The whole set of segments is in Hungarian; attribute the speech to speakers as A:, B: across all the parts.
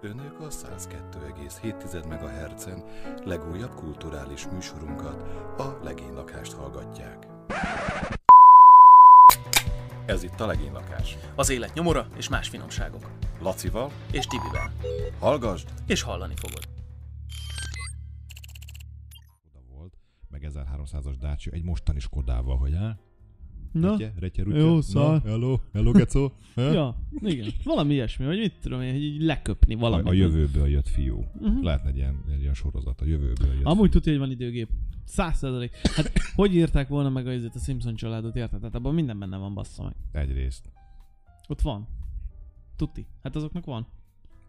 A: Önök a 102,7 MHz-en legújabb kulturális műsorunkat, a Legénylakást hallgatják. Ez itt a Legénylakás.
B: Az élet nyomora és más finomságok.
A: Lacival,
B: És Tibivel.
A: hallgasd!
B: És hallani fogod.
C: Skoda volt, meg 1300-as Dacia, egy mostani Skodával, hogy á?
D: Na,
C: Retje, retje, rutya.
D: Jó,
C: Na,
D: szar.
C: Hello, hello, gecó. Ha?
D: ja, igen. Valami ilyesmi, hogy mit tudom én, hogy így leköpni valamit.
C: A, a jövőből jött fiú.
D: Uh-huh.
C: Lehetne egy ilyen, egy ilyen sorozat, a jövőből jött
D: Amúgy tudja, hogy van időgép. Száz százalék. Hát, hogy írták volna meg a, izét, a Simpson családot, érted? Tehát abban minden benne van, bassza meg.
C: fiú. Egyrészt.
D: Ott van. Tuti. Hát azoknak van.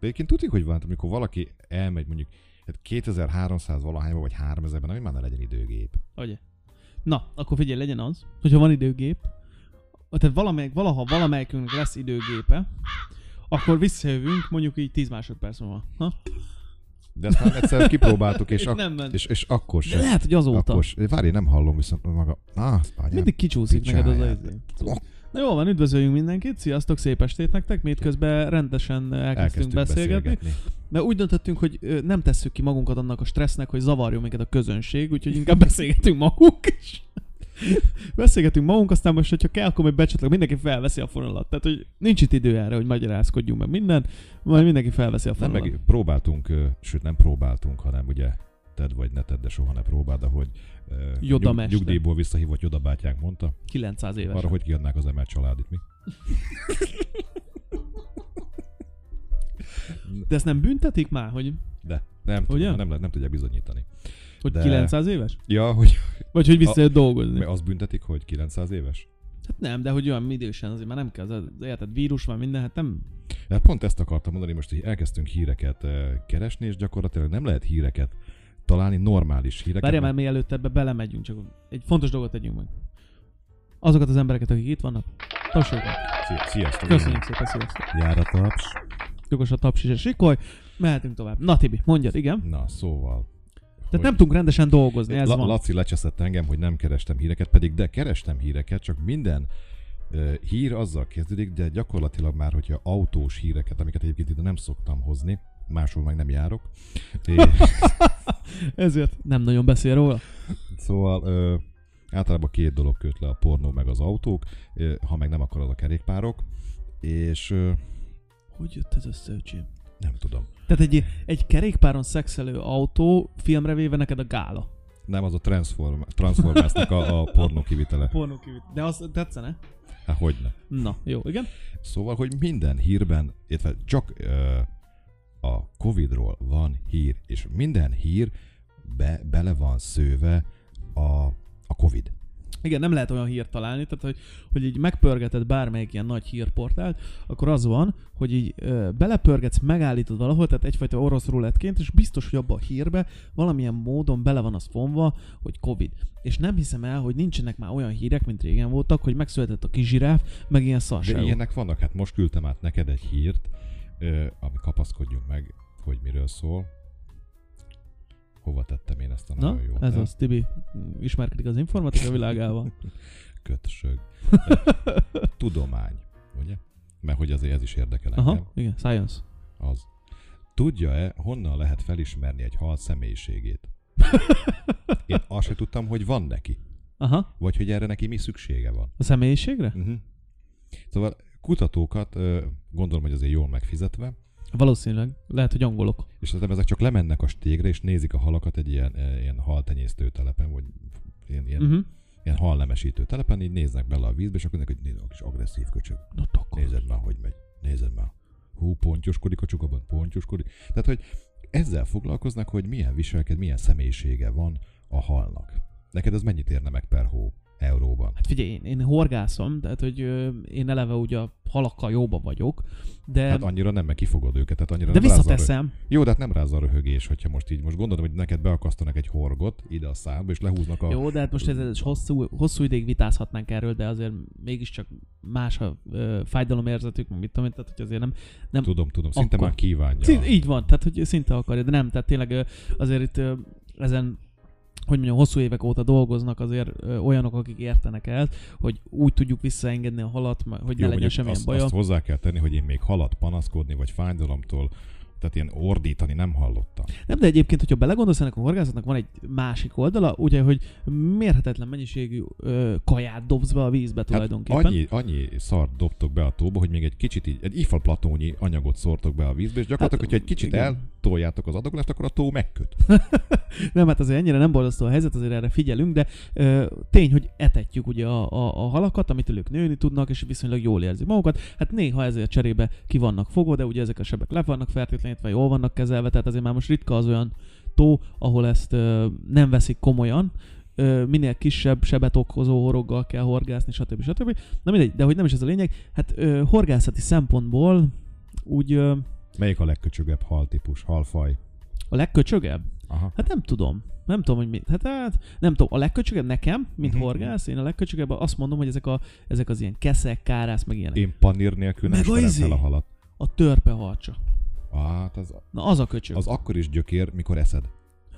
C: De egyébként tudjuk, hogy van, hát amikor valaki elmegy mondjuk hát 2300 valahányba, vagy 3000-ben, ami már ne legyen időgép.
D: Ugye? Na, akkor figyelj, legyen az, hogyha van időgép, tehát valamelyik, valaha valamelyikünknek lesz időgépe, akkor visszajövünk mondjuk így 10 másodperc múlva. Ha?
C: De ezt már egyszer kipróbáltuk, és,
D: És
C: ak-
D: nem ment.
C: és, és akkor
D: De
C: sem.
D: lehet, hogy azóta.
C: Akkor se. Várj, én nem hallom viszont maga. Ah, anyám.
D: Mindig kicsúszik neked az a
C: Picsáját.
D: izé. Na jó van, üdvözöljünk mindenkit, sziasztok, szép estét nektek, mi itt közben rendesen eh, elkezdtünk,
C: Elkezdtünk
D: beszélgetni, Hát
C: beszélgetni.
D: mert úgy döntöttünk, hogy ö, nem tesszük ki magunkat annak a stressznek, hogy zavarjon minket a közönség, úgyhogy inkább beszélgetünk magunk is. beszélgetünk magunk, aztán most, hogyha kell, akkor majd becsatlak, mindenki felveszi a fonalat. Tehát, hogy nincs itt idő erre, hogy magyarázkodjunk meg mindent, majd mindenki felveszi a
C: Nem,
D: fonalat.
C: meg próbáltunk, ö, sőt nem próbáltunk, hanem ugye tedd vagy ne tedd, de soha ne próbáld, ahogy ö,
D: Yoda
C: nyug,
D: mester.
C: nyugdíjból visszahívott Joda bátyánk mondta.
D: 900 éves.
C: Arra hogy kiadnák az emelt családit, mi?
D: De ezt nem büntetik már, hogy,
C: De nem,
D: Ugye?
C: tudom, nem, lehet- nem tudják bizonyítani.
D: hogy
C: De-
D: De... 900 éves?
C: Ja, hogy
D: Vagy hogy visszajött dolgozni?
C: mert azt büntetik, hogy 900 éves?
D: Hát nem, de hogy olyan idősen azért már nem kell, az, az érted, vírus van minden, hát nem.
C: De pont ezt akartam mondani, most így elkezdtünk híreket ö, keresni, és gyakorlatilag nem lehet híreket találni, normális híreket.
D: Várjál már, mielőtt ebbe belemegyünk, csak egy fontos dolgot tegyünk meg. Azokat az embereket, akik itt vannak, tapsoljuk.
C: Szia- Sziasztok!
D: Köszönjük szépen, sziasztok.
C: Jár a taps.
D: Jogos a taps és a sikoly, mehetünk tovább. Na Tibi, mondjad, igen.
C: Na, szóval... hogy-
D: Tehát nem tudunk rendesen dolgozni, ez
C: La-
D: van.
C: Laci lecseszett engem, hogy nem kerestem híreket, pedig de kerestem híreket, csak minden ö, hír azzal kezdődik, de gyakorlatilag már, hogyha autós híreket, amiket egyébként ide nem szoktam hozni, máshol meg nem járok. É,
D: Ezért nem nagyon beszél róla.
C: szóval ö, általában két dolog köt le a pornó meg az autók, ö, ha meg nem, akkor az a kerékpárok, és ö,
D: Hogy jött ez össze, öcsém?
C: nem tudom.
D: Tehát egy, egy kerékpáron szexelő autó filmre véve neked a gála.
C: Nem az a Transform, Transformersnek a, a pornó kivitele.
D: Pornó De az tetszene?
C: Hát hogyne.
D: Na, jó, igen.
C: Szóval, hogy minden hírben, illetve csak ö, a Covid-ról van hír, és minden hír be, bele van szőve a, a Covid.
D: Igen, nem lehet olyan hírt találni, tehát hogy, hogy így megpörgeted bármelyik ilyen nagy hírportált, akkor az van, hogy így ö, belepörgetsz, megállítod valahol, tehát egyfajta orosz rulettként, és biztos, hogy abba a hírbe valamilyen módon bele van az fonva, hogy Covid. És nem hiszem el, hogy nincsenek már olyan hírek, mint régen voltak, hogy megszületett a kizsiráf, meg ilyen
C: De
D: szarságok.
C: ilyenek vannak, hát most küldtem át neked egy hírt, ö, ami kapaszkodjunk meg, hogy miről szól. Hova tettem én ezt a
D: Na,
C: nagyon jó
D: ez
C: de-
D: az, Tibi mm, ismerkedik az informatika világával.
C: kötsög. Tudomány, ugye? Mert hogy azért ez is érdekel engem.
D: Aha, igen, science.
C: Az. Tudja-e, honnan lehet felismerni egy hal személyiségét? Én azt se tudtam, hogy van neki.
D: Aha,
C: Vagy hogy erre neki mi szüksége van.
D: a személyiségre?
C: Uh-huh. Szóval kutatókat ö, gondolom, hogy azért jól megfizetve,
D: Valószínűleg. Lehet, hogy angolok.
C: és szerintem ezek csak lemennek a stégre, és nézik a halakat egy ilyen, ö, ilyen haltenyésztő telepen, vagy ilyen, ilyen, uh-huh.
D: Uh-huh.
C: ilyen hallemesítő telepen, így néznek bele a vízbe, és akkor mondják, hogy nézd, a kis agresszív köcsög.
D: Na, takar.
C: Nézed már, hogy megy. Nézed már. Hú, pontyoskodik a csukabban, pontyoskodik. Tehát, hogy ezzel foglalkoznak, hogy milyen viselked, milyen személyisége van a halnak. Neked ez mennyit érne meg per hó euróban?
D: Hát figyelj, én, én horgászom, tehát hogy ö, én eleve ugye a halakkal jóba vagyok, de,
C: Hát
D: hát
C: annyira nem, meg kifogod őket, tehát annyira
D: de
C: nem ráz a rö-
D: visszateszem.
C: Jó, de hát nem ráz a röhögés, hogyha most így most gondolod, hogy neked beakasztanak egy horgot ide a számba, és lehúznak a...
D: Jó, de hát most ez, ez hosszú, hosszú ideig vitázhatnánk erről, de azért mégiscsak más a ö, fájdalomérzetük, meg mit tudom én, tehát hogy azért nem.
C: Tudom, tudom, szinte
D: Akkor.
C: már kívánja.
D: Szint, így van, tehát hogy szinte akarja, de nem, tehát tényleg ö, azért itt ö, ezen hogy mondjam, hosszú évek óta dolgoznak azért ö, olyanok, akik értenek el, hogy úgy tudjuk visszaengedni a halat, m- hogy ne
C: Jó,
D: legyen
C: mondjuk
D: semmilyen
C: azt,
D: baja.
C: azt hozzá kell tenni, hogy én még halat panaszkodni, vagy fájdalomtól Tehát ilyen ordítani nem hallottam.
D: Nem, de egyébként, hogyha belegondolsz, ennek a horgászatnak van egy másik oldala, ugye, hogy mérhetetlen mennyiségű ö, kaját dobsz be a vízbe tulajdonképpen.
C: Hát annyi, annyi szart dobtok be a tóba, hogy még egy kicsit így, egy ifalplatónyi anyagot szórtok be a vízbe, és gyakorlatilag, hát,
D: Hát,
C: hogyha egy kicsit
D: igen.
C: igen. eltoljátok az adagolást, akkor a tó megköt.
D: Nem, hát azért ennyire nem borzasztó a helyzet, azért erre figyelünk, de ö, tény, hogy etetjük ugye a, a, a halakat, amitől ők nőni tudnak, és viszonylag jól érzik magukat. Hát néha ezért cserébe ki vannak fogva, de ugye ezek a sebek le vannak fertőtlenítve, jól vannak kezelve, tehát azért már most ritka az olyan tó, ahol ezt ö, nem veszik komolyan, ö, minél kisebb sebet okozó horoggal kell horgászni, stb. stb. Na mindegy, de hogy nem is ez a lényeg, hát ö, horgászati szempontból úgy ö,
C: Melyik a legköcsögebb haltípus, halfaj?
D: a legköcsögebb,
C: Aha.
D: Hát nem tudom. Nem tudom, hogy mi. Hát, hát nem tudom. A legköcsögebb nekem, mint horgász, én a legköcsögebb azt mondom, hogy ezek, a, ezek az ilyen keszek, kárász, meg ilyenek.
C: Én panír nélkül nem
D: Meg a
C: ismerem
D: izé.
C: fel a halat.
D: A törpe harcsa.
C: Ah, hát az,
D: Na az a köcsög. Az...
C: az akkor is gyökér, mikor eszed.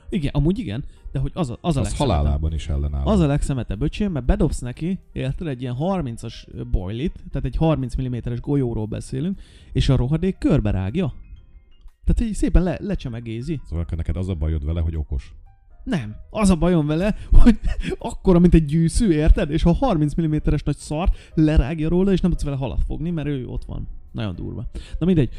D: Igen, amúgy igen, de hogy az a, az a
C: Az
D: legszemetebb.
C: halálában is ellenáll.
D: Az a legszemetebb öcsém, mert bedobsz neki, érted, egy ilyen 30-as boilit, tehát egy 30 mm-es golyóról beszélünk, és a rohadék körbe rágja. Tehát így szépen le, lecsemegézi.
C: Szóval akkor neked az a bajod vele, hogy okos.
D: Nem. Az a bajom vele, hogy akkora, mint egy gyűszű, érted? És ha 30 mm-es nagy szart lerágja róla, és nem tudsz vele halat fogni, mert ő ott van. Nagyon durva. Na mindegy.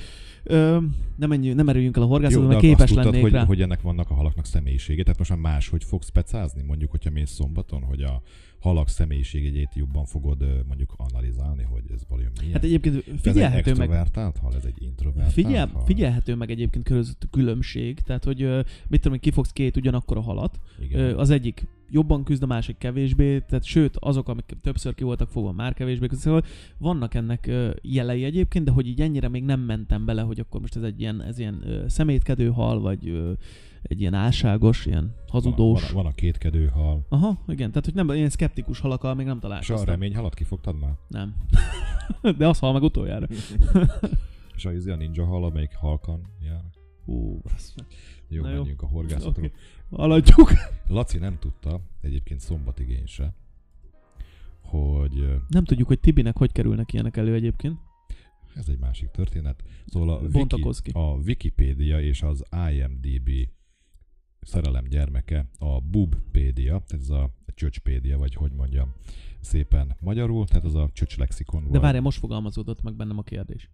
D: Ö, nem, menjünk, nem erüljünk el a
C: de
D: horgászatba, mert
C: akkor
D: képes
C: azt tudtad,
D: lennék
C: hogy,
D: rá.
C: hogy ennek vannak a halaknak személyisége, tehát most már máshogy fogsz pecázni, mondjuk, hogyha mész szombaton, hogy a halak személyiségét jobban fogod ö, mondjuk analizálni, hogy ez valami milyen.
D: Hát egyébként
C: ez
D: figyelhető
C: egy Hát,
D: meg,
C: extrovertált hal, ez egy introvertált
D: figyel,
C: hal.
D: figyelhető meg egyébként közöttük különbség, tehát hogy ö, mit tudom, én, kifogsz két ugyanakkor a halat,
C: Igen.
D: Ö, az egyik jobban küzd, a másik kevésbé, tehát sőt, azok, amik többször ki voltak fogva, már kevésbé küzd. Szóval vannak ennek ö, jelei egyébként, de hogy így ennyire még nem mentem bele, hogy akkor most ez egy ilyen, ez ilyen ö, szemétkedő hal, vagy ö, egy ilyen álságos, ilyen
C: van, a- van,
D: hazudós.
C: a- van a kétkedő hal.
D: Aha, igen, tehát hogy nem, ilyen szkeptikus halakkal még nem
C: És a
D: találkoztam.
C: remény halat kifogtad már?
D: Nem. de az hal meg utoljára.
C: És a, izé a ninja hal, amelyik halkan jár.
D: Ú, bassz meg.
C: Jó,
D: Na jó.
C: menjünk a horgászatról.
D: Oké. Aladjuk.
C: Laci nem tudta, egyébként szombatig én se, hogy ö,
D: Nem tudjuk, hogy Tibinek hogy kerülnek ilyenek elő egyébként.
C: ez egy másik történet. Szóval a,
D: Bontakozz ki.
C: Wiki, a Wikipédia és az IMDB szerelem gyermeke, a bubpédia, tehát ez a csöcspédia, vagy hogy mondjam szépen magyarul, tehát az a csöcslexikon
D: De
C: vagy-
D: várjál, most fogalmazódott meg bennem a kérdés.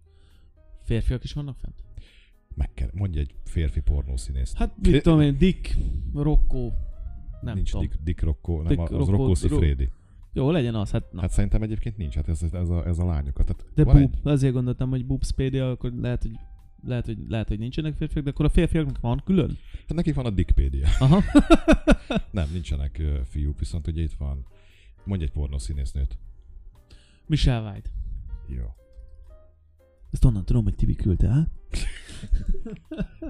D: Férfiak is vannak fent?
C: Meg kell, mondj egy férfi pornószínészt.
D: Hát mit tudom én, Dick, Rocco, nem
C: nincs
D: tudom.
C: Dick, Dick Rocco, nem
D: Dick
C: Dick az
D: Rocco-
C: Rocco
D: Ro-
C: Siffredi.
D: Jó, legyen az, hát na. Hát,
C: Hát szerintem egyébként nincs, hát ez, ez, a, ez a lányokat. Hát Tehát
D: de
C: van
D: boob,
C: egy-
D: egy... azért gondoltam, hogy boobspédia, akkor lehet, hogy lehet, hogy, lehet, hogy nincsenek férfiak, de akkor a férfiaknak van külön?
C: Hát nekik van a Dickpédia.
D: Aha.
C: Nem, nincsenek ö, fiúk, viszont ugye itt van, mondj egy pornószínésznőt.
D: Michelle White.
C: Jó.
D: Ezt onnan tudom, hogy Tibi küldte, hát?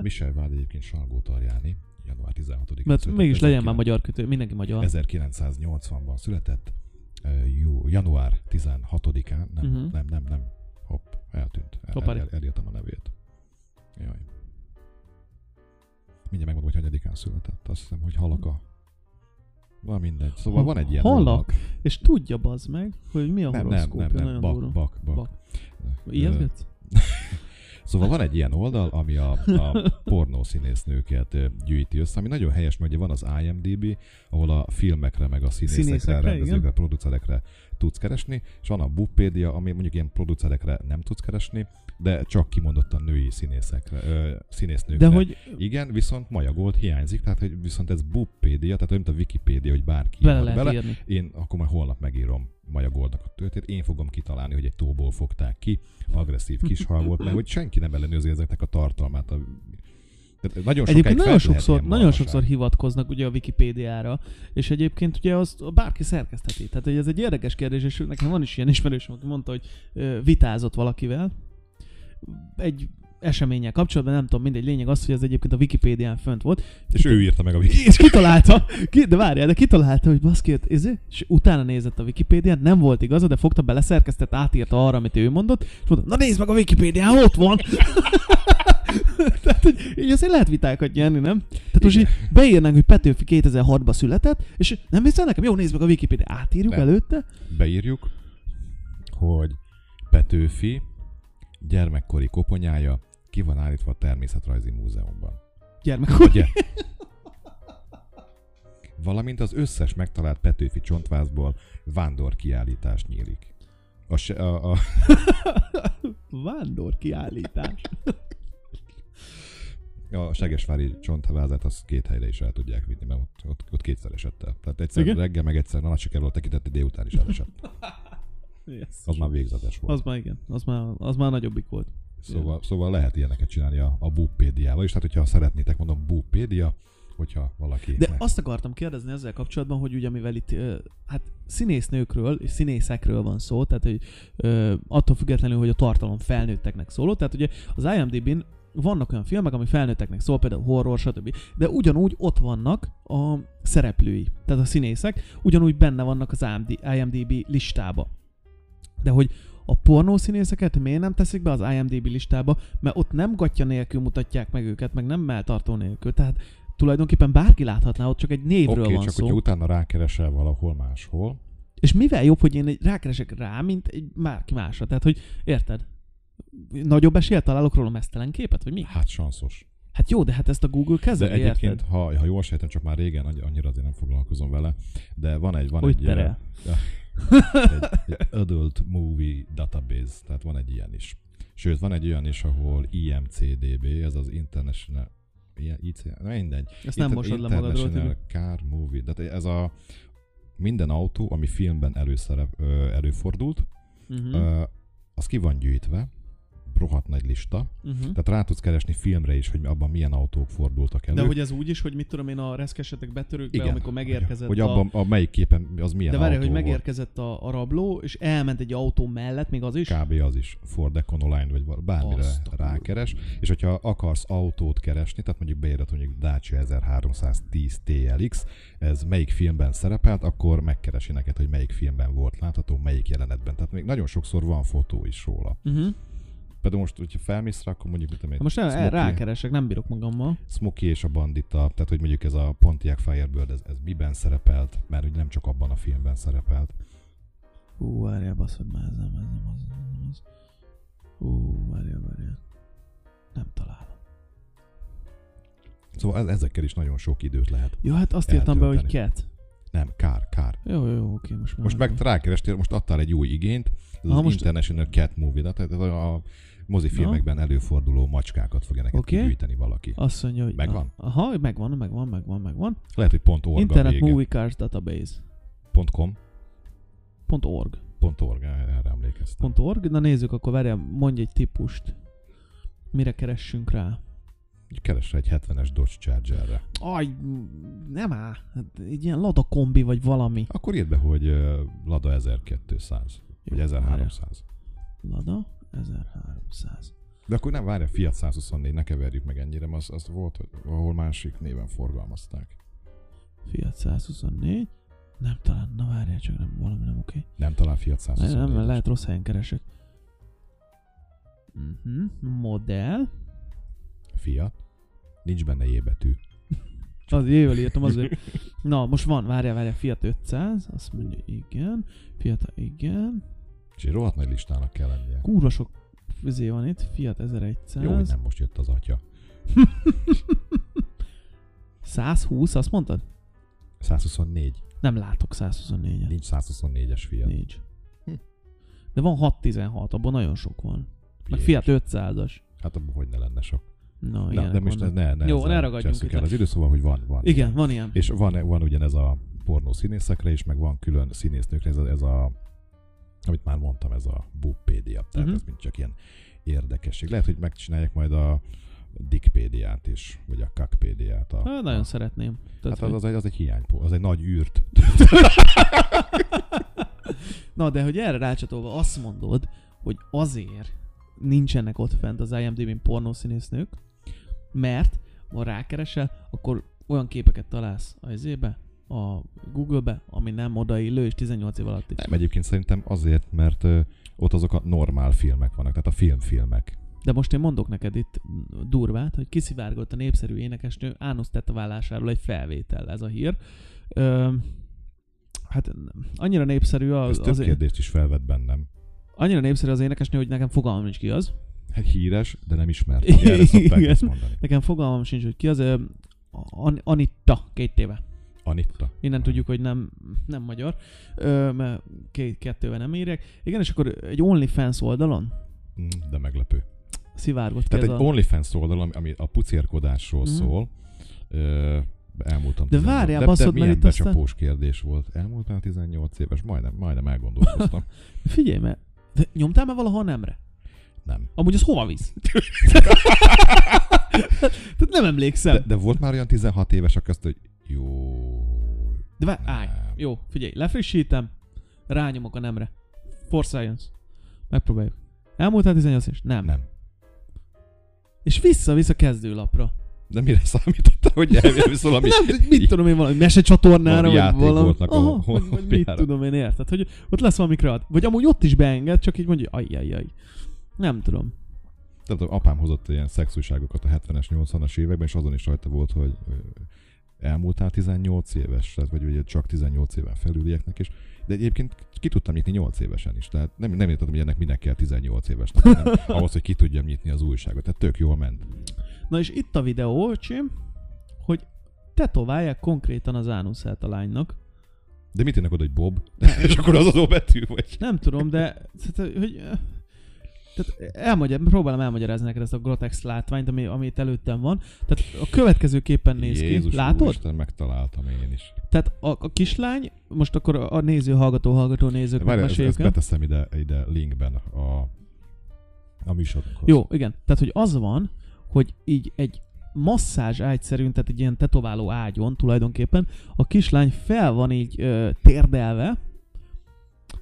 C: Michel Vád egyébként Salgó Tarjáni, január 16-án.
D: Mert
C: született,
D: mégis legyen
C: 19-
D: már magyar kötő, mindenki magyar. Ez...
C: 1980-ban született, ö, jó, január 16-án, nem,
D: Mhm.
C: uh-huh. nem, nem, nem, hopp, eltűnt, el,
D: Hoppá.
C: el, el, elírtam a nevét. Jaj. Mindjárt megmondom, hogy hanyadikán született, azt hiszem, hogy halaka. Na mindegy, szóval
D: Ha-
C: van egy ilyen
D: halak?
C: oldal.
D: És tudja bazd meg, hogy mi a
C: Nem, nem, nem,
D: horoszkópja,
C: nem,
D: nagyon
C: bak,
D: durva.
C: bak, bak.
D: Bak.
C: Ö,
D: Ijesztgetsz?
C: Szóval van egy ilyen oldal, ami a, a pornószínésznőket ö, gyűjti össze, ami nagyon helyes, mert ugye van az IMDB, ahol a filmekre, meg a színészekre,
D: Színészekre,
C: színészekre rendezőkre,
D: igen.
C: igen. producerekre tudsz keresni, és van a Bupédia, ami mondjuk ilyen producerekre nem tudsz keresni, de csak kimondottan női színészekre, ö, színésznőkre.
D: De hogy
C: Igen, viszont majagolt hiányzik, tehát hogy viszont ez Bupédia, tehát olyan, mint a Wikipédia, hogy bárki
D: bele
C: írhat
D: lehet bele. írni.
C: én akkor majd holnap megírom Maja Goldnak a történet, én fogom kitalálni, hogy egy tóból fogták ki, agresszív kishal volt, mert hogy senki nem ellenőrzi ezeknek a tartalmát. A... Tehát nagyon sokáig
D: Egyébként nagyon
C: fent lehet
D: sokszor,
C: ilyen
D: nagyon
C: marhaság.
D: sokszor hivatkoznak ugye a Wikipédiára, és egyébként ugye azt bárki szerkesztheti. Tehát hogy ez egy érdekes kérdés, és nekem van is ilyen ismerősöm, aki mondta, hogy ö, vitázott valakivel egy eseménnyel kapcsolatban, nem tudom, mindegy, lényeg az, hogy ez egyébként a Wikipédián fönt volt,
C: És ő írta meg a Wiki.
D: és kitalálta, ki, de várjál, de kitalálta, hogy baszki, hát izé, és utána nézett a Wikipédián, nem volt igaza, de fogta, beleszerkesztett, átírta arra, amit ő mondott, és mondta, na nézd meg a Wikipédián, ott van! Tehát, hogy így azért lehet vitákat nyerni, nem? Tehát most így beírnánk, hogy Petőfi 2006-ba született, és nem hiszel nekem? Jó, nézd meg a Wikipédián, átírjuk
C: Nem.
D: előtte?
C: Beírjuk, hogy Petőfi gyermekkori koponyája ki van állítva a Természetrajzi Múzeumban.
D: Gyermekkor.
C: Ugye? Valamint az összes megtalált Petőfi csontvászból vándor kiállítás nyílik. A, se, a, a,
D: Vándor kiállítás.
C: a Segesvári csontvázát azt két helyre is el tudják vinni, mert ott, ott, ott kétszer esett el. Tehát egyszer
D: Igen?
C: Igen? reggel, meg egyszer na, nagy sikerül tekintett, délután is elesett.
D: Yes.
C: Az már végzetes volt.
D: Az már igen, az már, az már nagyobbik volt.
C: Szóval, szóval lehet ilyeneket csinálni a, a Búpédiával, és hát hogyha szeretnétek, mondom Búpédia, hogyha valaki...
D: De azt akartam kérdezni ezzel kapcsolatban, hogy ugye mivel itt ö, hát színésznőkről és színészekről van szó, tehát hogy ö, attól függetlenül, hogy a tartalom felnőtteknek szóló, tehát ugye az IMDb-n vannak olyan filmek, ami felnőtteknek szól, például horror, stb. De ugyanúgy ott vannak a szereplői, tehát a színészek, ugyanúgy benne vannak az IMD- IMDb listába. De hogy a pornószínészeket miért nem teszik be az IMDb listába, mert ott nem gatya nélkül mutatják meg őket, meg nem melltartó nélkül. Tehát tulajdonképpen bárki láthatná, ott csak egy névről
C: Oké,
D: okay, van
C: csak
D: szó.
C: hogyha utána rákeresel valahol máshol,
D: És mivel jobb, hogy én egy- rákeresek rá, mint egy bárki másra? Tehát, hogy érted? Nagyobb eséllyel találok róla mesztelen képet, hogy mi?
C: hát sanszos.
D: Hát jó, de hát ezt a Google
C: De
D: kezeli,
C: egyébként,
D: érted?
C: ha, ha jól sejtem, csak már régen, annyi- annyira azért nem foglalkozom vele, de van egy, van
D: Hogy
C: egy,
D: terel.
C: eh, egy, egy Adult Movie Database, tehát van egy ilyen is. Sőt, van egy olyan is, ahol IMCDB, ez az International, ilyen, IC, na mindegy,
D: Ezt nem
C: Inter-
D: mosod le magadról, Tibi.
C: International Car Movie. De ez a minden autó, ami filmben előszerep, ö, előfordult,
D: Mhm,
C: ö, az ki van gyűjtve, rohadt nagy lista,
D: mhm.
C: tehát rá tudsz keresni filmre is, hogy abban milyen autók fordultak elő.
D: De hogy ez úgy is, hogy mit tudom én, a reszkesetek betörőkbe,
C: Igen,
D: amikor megérkezett
C: hogy,
D: a...
C: hogy abban a melyik képen az milyen
D: De várj,
C: autó
D: hogy
C: volt.
D: megérkezett a, a rabló, és elment egy autó mellett, még az is?
C: Kb. az is Ford Econoline, vagy val- bármire
D: Azt a kurva.
C: rákeres, és hogyha akarsz autót keresni, tehát mondjuk beírod, hogy mondjuk Dacia 1310 TLX, ez melyik filmben szerepelt, akkor megkeresi neked, hogy melyik filmben volt látható, melyik jelenetben. Tehát még nagyon sokszor van fotó is róla.
D: Uh-huh.
C: Például most, hogyha felmész rá, akkor mondjuk, mit tudom én,
D: Ha most el, el,
C: Smoky-
D: rákeresek, nem bírok magammal.
C: Smokey és a bandita, tehát hogy mondjuk ez a Pontiac Firebird, ez, ez miben szerepelt, mert ugye nem csak abban a filmben szerepelt.
D: Hú, várjál, baszod már, ez nem, ez nem az, ez nem az. Hú, várjál, várjál. Nem találom.
C: Szóval ez- ezekkel is nagyon sok időt lehet.
D: Jó, hát azt írtam be, hogy
C: Eltölteni.
D: cat.
C: Nem, kár, kár.
D: Jó, jó, jó, oké, most már.
C: Most meg rákerestél, most adtál egy új igényt, ez
D: Aha,
C: az
D: most-
C: most... International Cat Movie, de tehát ez a, a mozifilmekben előforduló macskákat fogja neked
D: Oké.
C: okay. kigyűjteni valaki.
D: Azt mondja, hogy...
C: Megvan?
D: Aha, megvan, megvan, megvan, megvan.
C: Lehet, hogy pont org a
D: Internet
C: vége.
D: Movie Cars Database.
C: Pont .com,
D: Pont org.
C: pont .org, erre emlékeztem.
D: Pont org. Na nézzük, akkor várjál, mondj egy típust. Mire keressünk rá?
C: Keresse egy 70-es Dodge Chargerre.
D: Aj, m- nem áll. Hát egy ilyen Lada kombi vagy valami.
C: Akkor írd be, hogy ö, Lada 1200, vagy
D: Jó,
C: 1300.
D: Lada 1300.
C: De akkor nem, várja, Fiat 124, ne keverjük meg ennyire, mert az, az volt, hogy ahol másik néven forgalmazták.
D: Fiat 124. Nem talán, na várjál csak, nem, valami nem oké.
C: Nem talán Fiat
D: Nem,
C: 124.
D: nem, mert lehet rossz helyen keresek. Mhm, modell.
C: Fiat. Nincs benne J betű.
D: Az ével írtam azért. Na, most van, várjál, várjál, Fiat 500, azt mondja, igen. Fiat, igen.
C: És egy rohadt nagy listának kell lennie.
D: Kurva sok izé van itt, Fiat 1100.
C: Jó, hogy nem most jött az atya.
D: 120, azt mondtad?
C: 124.
D: Nem látok 124-et.
C: Nincs 124-es Fiat.
D: Nincs.
C: Hm.
D: De van 616, abban nagyon sok van. Meg
C: Jézus.
D: Fiat 500-as.
C: Hát abban hogy ne lenne sok.
D: Na,
C: Na,
D: ilyenek
C: de most ne,
D: vannak.
C: ne, ne,
D: Jó,
C: ezzel
D: ne ragadjunk
C: csesszük
D: itt
C: el
D: le.
C: az idő, szóval, hogy van, van.
D: Igen, van ilyen.
C: És van, van ugyanez a pornó színészekre is, meg van külön színésznőkre, ez a, ez a amit már mondtam, ez a bubpédia, tehát
D: Mhm.
C: ez mind csak ilyen érdekesség. Lehet, hogy megcsinálják majd a dickpédiát is, vagy a kakpédiát. A,
D: Hát, nagyon
C: a,
D: szeretném. Tehát,
C: hát az, az, egy, az egy hiánypó, az egy nagy űrt.
D: Na, de hogy erre rácsatolva azt mondod, hogy azért nincsenek ott fent az IMDb-n pornószínésznők, mert ha rákeresel, akkor olyan képeket találsz a izébe, a Google-be, ami nem odaillő, és 18 év alatti.
C: Nem, egyébként szerintem azért, mert ö, ott azok a normál filmek vannak, tehát a filmfilmek.
D: De most én mondok neked itt durvát, hogy kiszivárgott a népszerű énekesnő Ánusz tetoválásáról egy felvétel, ez a hír. Ö, hát annyira népszerű
C: Ez
D: az,
C: több
D: az,
C: kérdést is felvet bennem.
D: annyira népszerű az énekesnő, hogy nekem fogalmam nincs ki az.
C: híres, de nem ismert. Ugye Erre szokták
D: Igen.
C: ezt mondani.
D: Nekem fogalmam sincs, hogy ki az. ö, An- Anitta, két éve.
C: Anitta.
D: Innen tudjuk, hogy nem, nem magyar, ö, mert két, kettővel nem írják. Igen, és akkor egy OnlyFans oldalon
C: Mm, De meglepő.
D: szivárgott ki
C: Tehát
D: ez
C: egy
D: a...
C: OnlyFans oldal, ami- ami a pucérkodásról
D: Mhm.
C: szól, ö, elmúltam
D: De
C: 18
D: várjál,
C: de,
D: basszod
C: de
D: meg
C: milyen
D: itt aztán-
C: becsapós kérdés volt. Elmúltál 18 éves? Majdnem, majdnem elgondolkoztam.
D: Figyelj, mert de nyomtál már valahol nemre?
C: Nem.
D: Amúgy az hova visz? Tehát nem emlékszem.
C: De,
D: De,
C: de volt már olyan 16 éves, aki azt, hogy jó...
D: de várj, állj.
C: nem.
D: Jó, figyelj, lefrissítem, rányomok a nemre. For science. Megpróbáljuk. Elmúltál 18 és nem.
C: Nem.
D: És vissza-vissza kezdőlapra.
C: De mire számítottál, hogy elvisz valami...
D: Nem, hogy mit tudom én, valami mesecsatornára,
C: Valami
D: vagy valami...
C: játékoltnak a
D: Aha, vagy, vagy mit
C: honlapjára.
D: tudom én, érted? Hogy ott lesz valami kreat. Vagy amúgy ott is beenged, csak így mondja, ajjajjaj. Nem tudom.
C: nem tudom, apám hozott ilyen szexújságokat a 70-es, 80-as években, és azon is rajta volt, hogy ö, elmúltál 18 éves, tehát vagy ugye csak 18 éven felülieknek is, de egyébként ki tudtam nyitni 8 évesen is, tehát nem, nem értettem, hogy ennek minek kell 18 évesnek, nem, ahhoz, hogy ki tudjam nyitni az újságot, tehát tök jól ment.
D: Na és itt a videó, öcsém, hogy tetoválják konkrétan az ánuszát a lánynak.
C: De mit írnak oda, hogy Bob? és akkor az az O betű, vagy?
D: Nem tudom, de... Tehát, hogy, eh, tehát elmagyar, próbálom elmagyarázni neked ezt a grotex látványt, ami, ami itt előttem van. Tehát a következőképpen néz
C: Jézus
D: ki. Látod?
C: Isten, megtaláltam én is.
D: Tehát a, a kislány, most akkor a, a néző, hallgató, hallgató, nézők
C: Várj, ezt,
D: meséljük
C: ezt
D: el.
C: beteszem ide, ide linkben a, a műsorunkhoz.
D: Jó, igen. Tehát, hogy az van, hogy így egy masszázs ágyszerűn, tehát egy ilyen tetováló ágyon tulajdonképpen, a kislány fel van így ö, térdelve,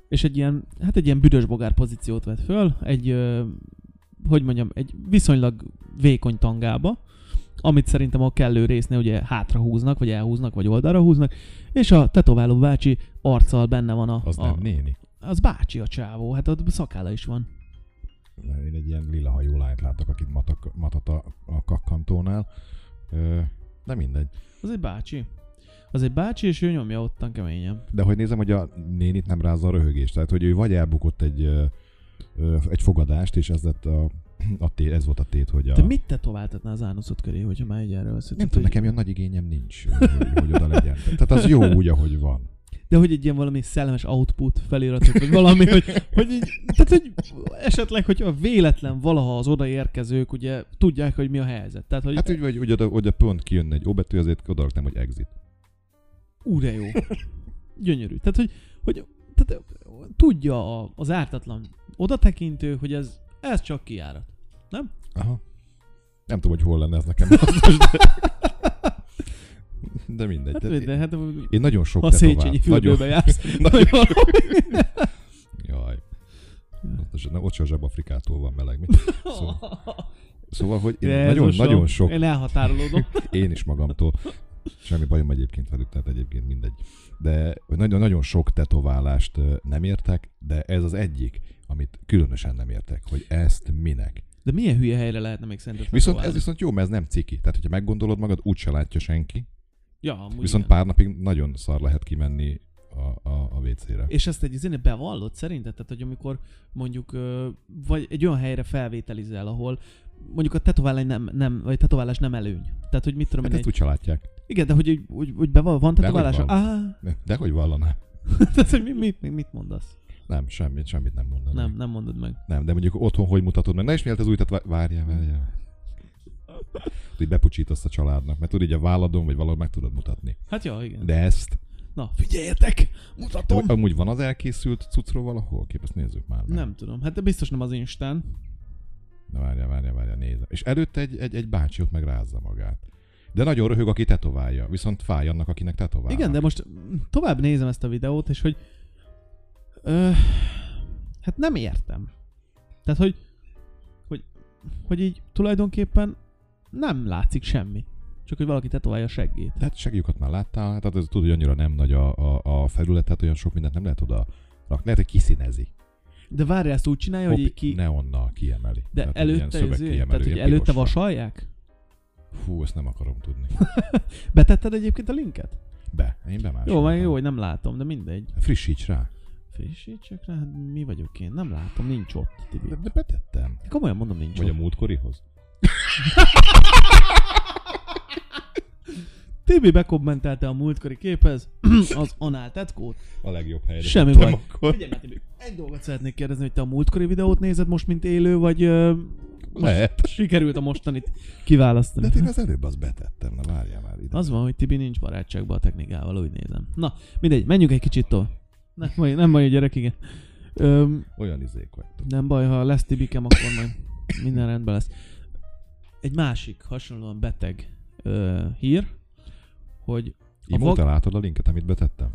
D: és egy ilyen, hát egy ilyen büdös bogár pozíciót vett föl, egy, ö, hogy mondjam, egy viszonylag vékony tangába, amit szerintem a kellő résznél ugye hátra húznak, vagy elhúznak, vagy oldalra húznak, és a tetováló bácsi arccal benne van a...
C: Az
D: a,
C: nem néni.
D: az bácsi a csávó, hát ott szakála is van.
C: Mert Én egy ilyen lila hajú lányt láttak, akit matak, matat a, a kakkantónál. Ö, De mindegy.
D: Az egy bácsi. Az egy bácsi, és ő nyomja ottan keményen.
C: De hogy nézem, hogy a nénit nem rázza a röhögés. Tehát, hogy ő vagy elbukott egy, ö, ö, egy fogadást, és ez, lett a, a tét, ez volt a tét, hogy a...
D: Ja. Te mit tetováltatnál az ánuszod köré, hogyha már egy erről szükség?
C: Nem tudom, nekem ilyen nagy igényem nincs, hogy, hogy oda legyen. Tehát az jó úgy, ahogy van.
D: De hogy egy ilyen valami szellemes output feliratot, vagy valami, hogy, hogy így, tehát hogy esetleg, hogy a véletlen valaha az odaérkezők ugye tudják, hogy mi a helyzet. Tehát, hogy
C: Hát úgy, vagy, úgy, oda, oda pont kijönne egy óbetű, azért odaraknám, hogy exit.
D: úre jó. Gyönyörű. Tehát, hogy, hogy tehát, tudja a, az ártatlan odatekintő, hogy ez, ez csak kiárat.
C: Aha. Nem tudom, hogy hol lenne ez nekem. hasznos, de... de mindegy.
D: Hát,
C: Tehát
D: de, hát
C: Én nagyon sok
D: ha
C: tetovált-
D: Széchenyi
C: nagyon,
D: fürdőbe jársz,
C: nagyon,
D: vagy valami.
C: Jaj. Ott- Na, ott se a zsebafrikától van meleg. Mi? Szóval, szóval hogy én nagyon,
D: Jézusom,
C: nagyon sok,
D: Én elhatárolódom.
C: én is magamtól, semmi bajom egyébként velük, tehát egyébként mindegy. De hogy nagyon, nagyon sok tetoválást ö, nem értek, de ez az egyik, amit különösen nem értek, hogy ezt minek.
D: De milyen hülye helyre lehetne még szerinted
C: Viszont ez
D: tetoválni?
C: viszont jó, mert ez nem ciki. Tehát, hogyha meggondolod magad, úgyse látja senki.
D: Ja, amúgy
C: Viszont
D: igen.
C: pár napig nagyon szar lehet kimenni a, a, a WC-re.
D: És ezt egy izéne bevallod szerinted? Tehát, hogy amikor mondjuk, ö, vagy egy olyan helyre felvételizel, ahol mondjuk a tetoválás nem, nem, vagy tetoválás nem előny. Tehát, hogy mit tudom
C: Hát
D: én,
C: ezt
D: egy...
C: úgyse látják.
D: Igen, de hogy, hogy, hogy, hogy bevall, van
C: Dehogy
D: tetoválás?
C: van.
D: Á,
C: Dehogy vallaná.
D: tehát, hogy mi, mi, mi, mit mondasz?
C: Nem, semmit, semmit nem mondanék.
D: Nem, nem mondod meg.
C: Nem, de mondjuk otthon hogy mutatod meg? Na és miért az új, tehát vá- várjál, várjál. Így bepucsítasz a családnak, mert tudod, így a válladon, vagy valahol meg tudod mutatni.
D: Hát ja, igen. De...
C: De ezt,
D: Na, figyeljetek!
C: de
D: Mutatom!
C: hogy amúgy van az elkészült cuccról valahol? Kép, ezt nézzük már meg.
D: Nem tudom, hát de biztos nem az Instán.
C: Na várjál, várjál, várjál, nézem. És előtte egy, egy, egy bácsi ott meg rázza magát. De nagyon röhög, aki tetoválja, viszont fáj annak, akinek tetoválja.
D: Igen, de most mm, tovább nézem ezt a videót, és hogy... Ö, hát nem értem. Tehát, hogy, hogy... Hogy így tulajdonképpen nem látszik semmi. Csak, hogy valaki tetoválja a seggét.
C: De hát segjukat már láttál, hát az tudod, hogy annyira nem nagy a, a, a felület, tehát olyan sok mindent nem lehet oda rakni. Lehet, hogy kiszínezi.
D: De várja, ezt úgy csinálja, hogy így
C: Hopi
D: ki...
C: neonnal kiemeli.
D: De
C: Tehát egy ilyen
D: előtte,
C: szöveg
D: izé,
C: kiemelő,
D: tehát, hogy
C: ilyen
D: előtte
C: pirossal.
D: vasalják?
C: Fú, ezt nem akarom tudni.
D: Betetted egyébként a linket?
C: Be, én bemásolom.
D: Jó, meg jó, hogy nem látom, de mindegy.
C: Frissíts rá.
D: Frissítsek rá, hát mi vagyok én? Nem látom, nincs ott, Tibi.
C: De, de betettem.
D: Komolyan mondom, nincs
C: Vagy a
D: ott.
C: múltkorihoz?
D: Tibi bekommentelte a múltkori képhez az anál tetkót.
C: A legjobb helyre.
D: Semmi
C: tettem
D: baj.
C: Akkor.
D: Figyelj, már, Tibi, egy dolgot szeretnék kérdezni, hogy te a múltkori videót nézed most, mint élő, vagy ö,
C: Lehet.
D: sikerült a mostanit kiválasztani?
C: De én az előbb azt betettem, na várjál már ide.
D: Az van, hogy Tibi nincs barátságban a technikával, úgy nézem. Na, mindegy, menjünk egy kicsit tovább. Nem baj, nem baj, gyerek, igen. Öm,
C: Olyan izék vagytok.
D: nem baj, ha lesz Tibikem, akkor majd minden rendben lesz. Egy másik, hasonlóan beteg ö, hír, hogy a
C: Imó, te
D: vak-
C: látod a linket, amit betettem?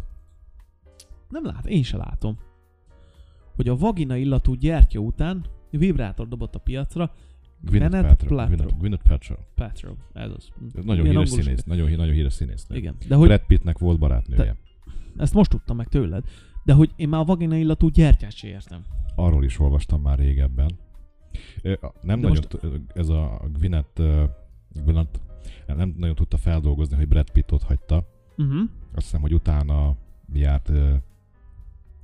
D: nem lát, én se látom, hogy a vagina illatú gyertya után vibrátor dobott a piacra, Gwyneth Paltrow.
C: Gwyneth- Gwyneth Paltrow.
D: Petro, ez az.
C: Ez Nagyon
D: Ilyen
C: híres
D: angol-
C: színész. Nagyon, hí- nagyon híres színész.
D: Igen, de hogy
C: Brad Pittnek volt barátnője.
D: ezt most tudtam meg tőled, de hogy én már a vagina illatú gyertyát se értem.
C: Arról is olvastam már régebben. Ö, a- Nem
D: De
C: nagyon
D: most-
C: most... ez a Gwyneth, ö, Gwyneth nem nagyon tudta feldolgozni, hogy Brad Pittot hagyta.
D: Uh-huh.
C: Azt hiszem, hogy utána járt ö,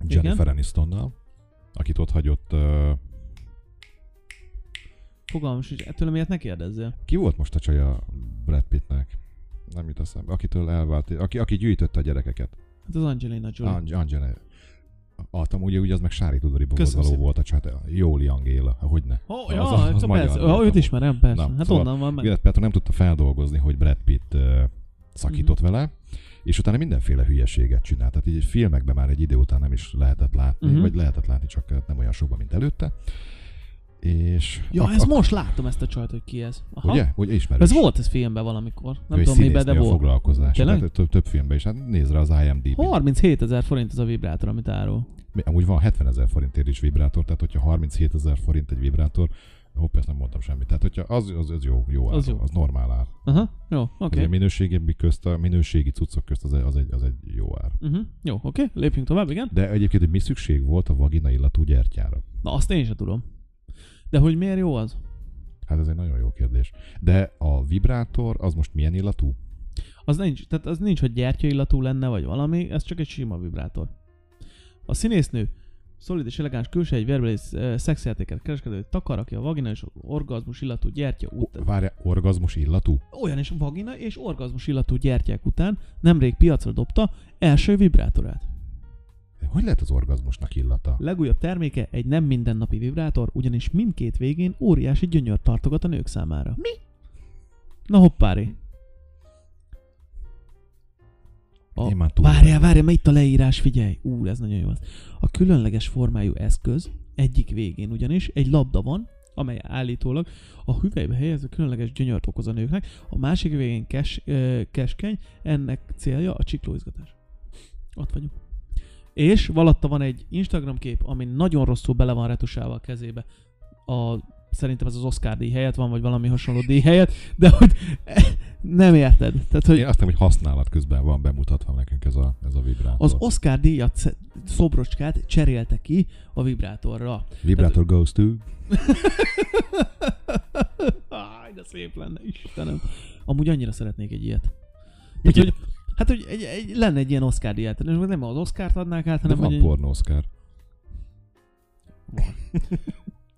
C: Jennifer Anistonnal, akit ott hagyott. ö,
D: Fogalmam sincs, ettől miért ne kérdezzél?
C: Ki volt most a csaja Brad Pittnek? Nem jut eszembe. Akitől elvált, aki, aki gyűjtötte a gyerekeket.
D: Hát az Angelina Jolie.
C: Ang- Angela. Altam, ugye, ugye az meg Sári Tudori
D: Köszönöm
C: való
D: szépen.
C: volt a csata. Jóli Angéla, ha hogy ne.
D: Ó,
C: Ah, Az
D: ja,
C: a- az
D: az,
C: magyar
D: persze,
C: volt
D: ah, őt
C: amúgy.
D: ismerem, persze.
C: Na,
D: hát
C: szóval
D: onnan van meg.
C: Gwyneth Paltrow nem tudta feldolgozni, hogy Brad Pitt ö, szakított
D: Mhm.
C: vele, és utána mindenféle hülyeséget csinált. Tehát így filmekben már egy idő után nem is lehetett látni,
D: Mhm.
C: vagy lehetett látni, csak nem olyan sokban, mint előtte. És...
D: Ja,
C: ak-
D: ez
C: ak-
D: most látom ezt a csajt, hogy ki ez. Aha.
C: Ugye? Ugye ismerős.
D: Ez volt ez filmben valamikor.
C: Ő
D: Nem
C: egy
D: tudom, miben, de
C: színésznő a
D: volt.
C: foglalkozás.
D: Tényleg?
C: Tehát több, több filmben is. Hát nézd rá az IMDb.
D: 37 ezer forint az a vibrátor, amit árul.
C: Mi- Amúgy van 70 ezer forintért is vibrátor, tehát hogyha 37 ezer forint egy vibrátor, hopp, ezt nem mondtam semmit. Tehát hogyha az, az, az jó, jó
D: Az
C: az,
D: jó.
C: jó. az normál ár.
D: Aha, jó,
C: Okay.
D: oké.
C: Azért minőségi közt, a minőségi cuccok közt az egy, az egy, az egy jó ár.
D: Uh-huh. Jó, oké, lépjünk tovább, igen.
C: De egyébként, hogy mi szükség volt a vagina illatú gyertyára?
D: Na, azt én sem tudom. De hogy miért jó az?
C: Hát ez egy nagyon jó kérdés. De a vibrátor az most milyen illatú?
D: Az nincs, tehát az nincs, hogy gyertyaillatú lenne, vagy valami, ez csak egy sima vibrátor. A színésznő szolid és elegáns külse egy verbelész eh, szexjátéket kereskedő takar, aki a vagina és orgazmus illatú gyertya után...
C: Várja, orgazmus illatú?
D: olyan is vagina és orgazmus illatú gyertyák után nemrég piacra dobta első vibrátorát.
C: Hogy lehet az orgazmusnak illata?
D: Legújabb terméke egy nem mindennapi vibrátor, ugyanis mindkét végén óriási gyönyört tartogat a nők számára. Mi? Na hoppári. A-
C: Én már túl
D: Várjál,
C: vagyok.
D: várjál, mert itt a leírás, figyelj! Ú, ez nagyon jó lesz. A különleges formájú eszköz egyik végén ugyanis egy labda van, amely állítólag a hüvelybe helyező különleges gyönyört okoz a nőknek, a másik végén kes, ö, keskeny, ennek célja a csiklóizgatás. Ott vagyunk. És valatta van egy Instagram kép, ami nagyon rosszul bele van retusálva a kezébe. A, szerintem ez az Oscar díj helyett van, vagy valami hasonló díj helyett, de hogy nem érted. Tehát, hogy
C: Én azt nem, hogy használat közben van bemutatva nekünk ez a, ez a vibrátor.
D: az Oscar díjat sz- szobrocskát cserélte ki a vibrátorra.
C: Vibrátor goes to...
D: Áj, de szép lenne, Istenem. Amúgy annyira szeretnék egy ilyet. Hát, hogy, hát, hogy egy, egy, lenne egy ilyen Oscar díjat. Nem az Oscárt adnák át,
C: De
D: hanem... hogy
C: van
D: egy-
C: pornószkár.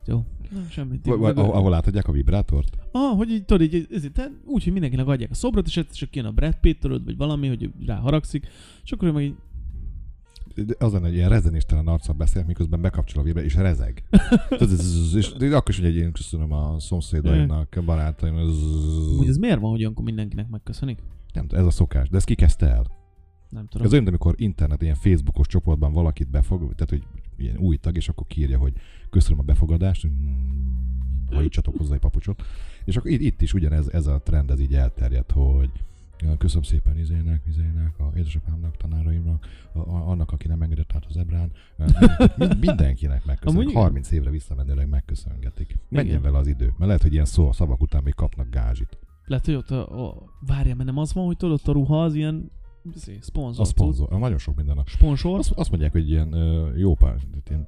D: Jó. Nem, semmit.
C: Vagy- vagy Ahol ahol átadják a vibrátort?
D: Ah, hogy így, tudod, így, így, így, tehát úgy, hogy mindenkinek adják a szobrot, és egyszer csak jön a Brad Pitt, tudod, vagy valami, hogy rá haragszik, és akkor ő meg így,
C: De Az lenne, hogy ilyen rezenéstelen arccal beszél, miközben bekapcsol a vibra, és rezeg. Tudod, zzz, és de akkor is, hogy én köszönöm a szomszédaimnak, a barátaimnak. zzz.
D: hogy ez miért van, hogy olyankor mindenkinek megköszönik?
C: Nem tudom, ez a szokás. De ez kikezdte el.
D: Nem tudom.
C: Ez olyan, mint amikor internet, ilyen Facebookos csoportban valakit befog, tehát hogy ilyen új tag, és akkor kírja, hogy köszönöm a befogadást, mm, hajítsatok hozzá egy papucsot. És akkor itt, itt is ugyanez ez a trend, ez így elterjedt, hogy ja, köszönöm szépen izének, izének, a édesapámnak, tanáraimnak, a, a, annak, aki nem engedett át az ebrán. Mind, mindenkinek
D: Amúgy
C: megköszönöm.
D: igen.
C: 30 évre visszamenőleg megköszöngetik. Menjen
D: Igen.
C: vele az idő, mert lehet, hogy ilyen szó, szavak után még kapnak gázsit.
D: Lehet, hogy ott a, a várja, mert nem az van, hogy tudod, ott a ruha az ilyen izé, szponzor.
C: A szponzor, nagyon sok minden a
D: Sponsor.
C: Azt, azt mondják, hogy ilyen ö, jó pár, tehát ilyen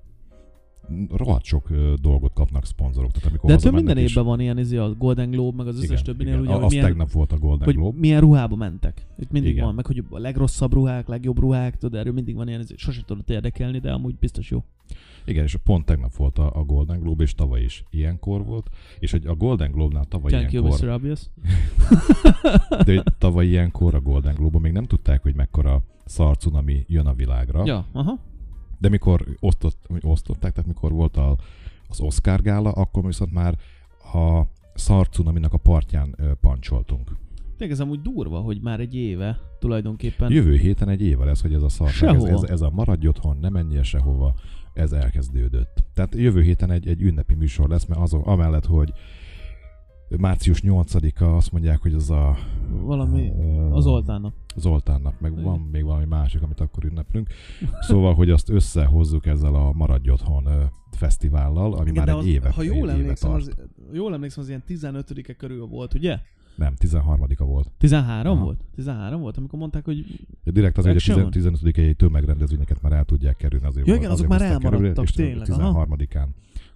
C: rohadt sok ö, dolgot kapnak szponzorok. Tehát amikor
D: De ettől
C: hazamennek
D: minden
C: is-
D: évben van ilyen izé, a Golden Globe, meg az összes
C: Igen,
D: többinél,
C: igen.
D: ugye,
C: A-
D: hogy
C: Az
D: milyen,
C: tegnap volt a Golden
D: hogy
C: Globe.
D: milyen ruhába mentek. Itt mindig
C: Igen.
D: van, meg hogy a legrosszabb ruhák, legjobb ruhák, tudod, erről mindig van ilyen, izé, sose tudod érdekelni, de amúgy biztos jó.
C: Igen, és pont tegnap volt a, a Golden Globe, és tavaly is ilyenkor volt. És hogy a Golden Globe-nál tavaly
D: Thank you,
C: ilyenkor,
D: Mr. Obvious.
C: de hogy tavaly ilyenkor a Golden Globe-on még nem tudták, hogy mekkora szar cunami jön a világra.
D: Ja, aha.
C: De mikor osztott, vagy osztották, tehát mikor volt a, az Oscar gála, akkor viszont már a szar cunaminak a partján ö, pancsoltunk.
D: Tényleg ez amúgy durva, hogy már egy éve tulajdonképpen.
C: Jövő héten egy éve lesz, hogy ez a szarság, ez,
D: Sehova.
C: ez, ez a maradj otthon, ne menjél sehova, ez elkezdődött. Tehát jövő héten egy, egy ünnepi műsor lesz, mert azon, amellett, hogy március 8-a azt mondják, hogy az a...
D: Valami
C: ö,
D: az oltának.
C: Zoltán nap, meg van
D: Igen.
C: még valami másik, amit akkor ünneplünk. Szóval, hogy azt összehozzuk ezzel a Maradj Otthon ö, fesztivállal, ami
D: Igen,
C: már
D: de
C: egy
D: az,
C: éve,
D: ha
C: egy
D: jól
C: éve
D: emlékszem,
C: tart.
D: az, jól emlékszem, az ilyen 15 körül volt, ugye?
C: Nem, 13-a volt.
D: 13
C: Aha.
D: volt? 13 volt, amikor mondták, hogy
C: Direkt az, hogy a
D: Meg se
C: 10
D: van.
C: 15 i tömegrendezvényeket már el tudják kerülni. Azért
D: Ja,
C: volt-
D: igen,
C: azért
D: azok már
C: hozták
D: elmaradtak,
C: előre, és
D: tényleg, aha.
C: 13-án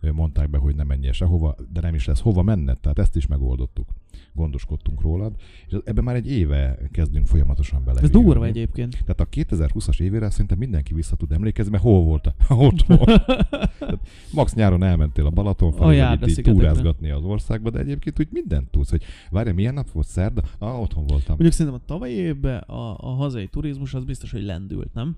C: ö, mondták be, hogy nem menjél sehova, de nem is lesz hova menned, tehát ezt is megoldottuk. Gondoskodtunk rólad, és ebben már egy éve kezdünk folyamatosan bele.
D: ez durva egyébként.
C: Tehát a 2020-as évére szerintem mindenki vissza tud emlékezni, mert hol voltál? Otthon. Tehát Max nyáron elmentél a Balaton
D: A
C: felé, hogy
D: Járda
C: így- így
D: szigetekre.
C: túrázgatni az országba, de egyébként úgy mindent tudsz, hogy várj, milyen nap volt szerda? Ah, otthon voltam.
D: Mondjuk szerintem a tavalyi évben a, a hazai turizmus az biztos, hogy lendült, nem?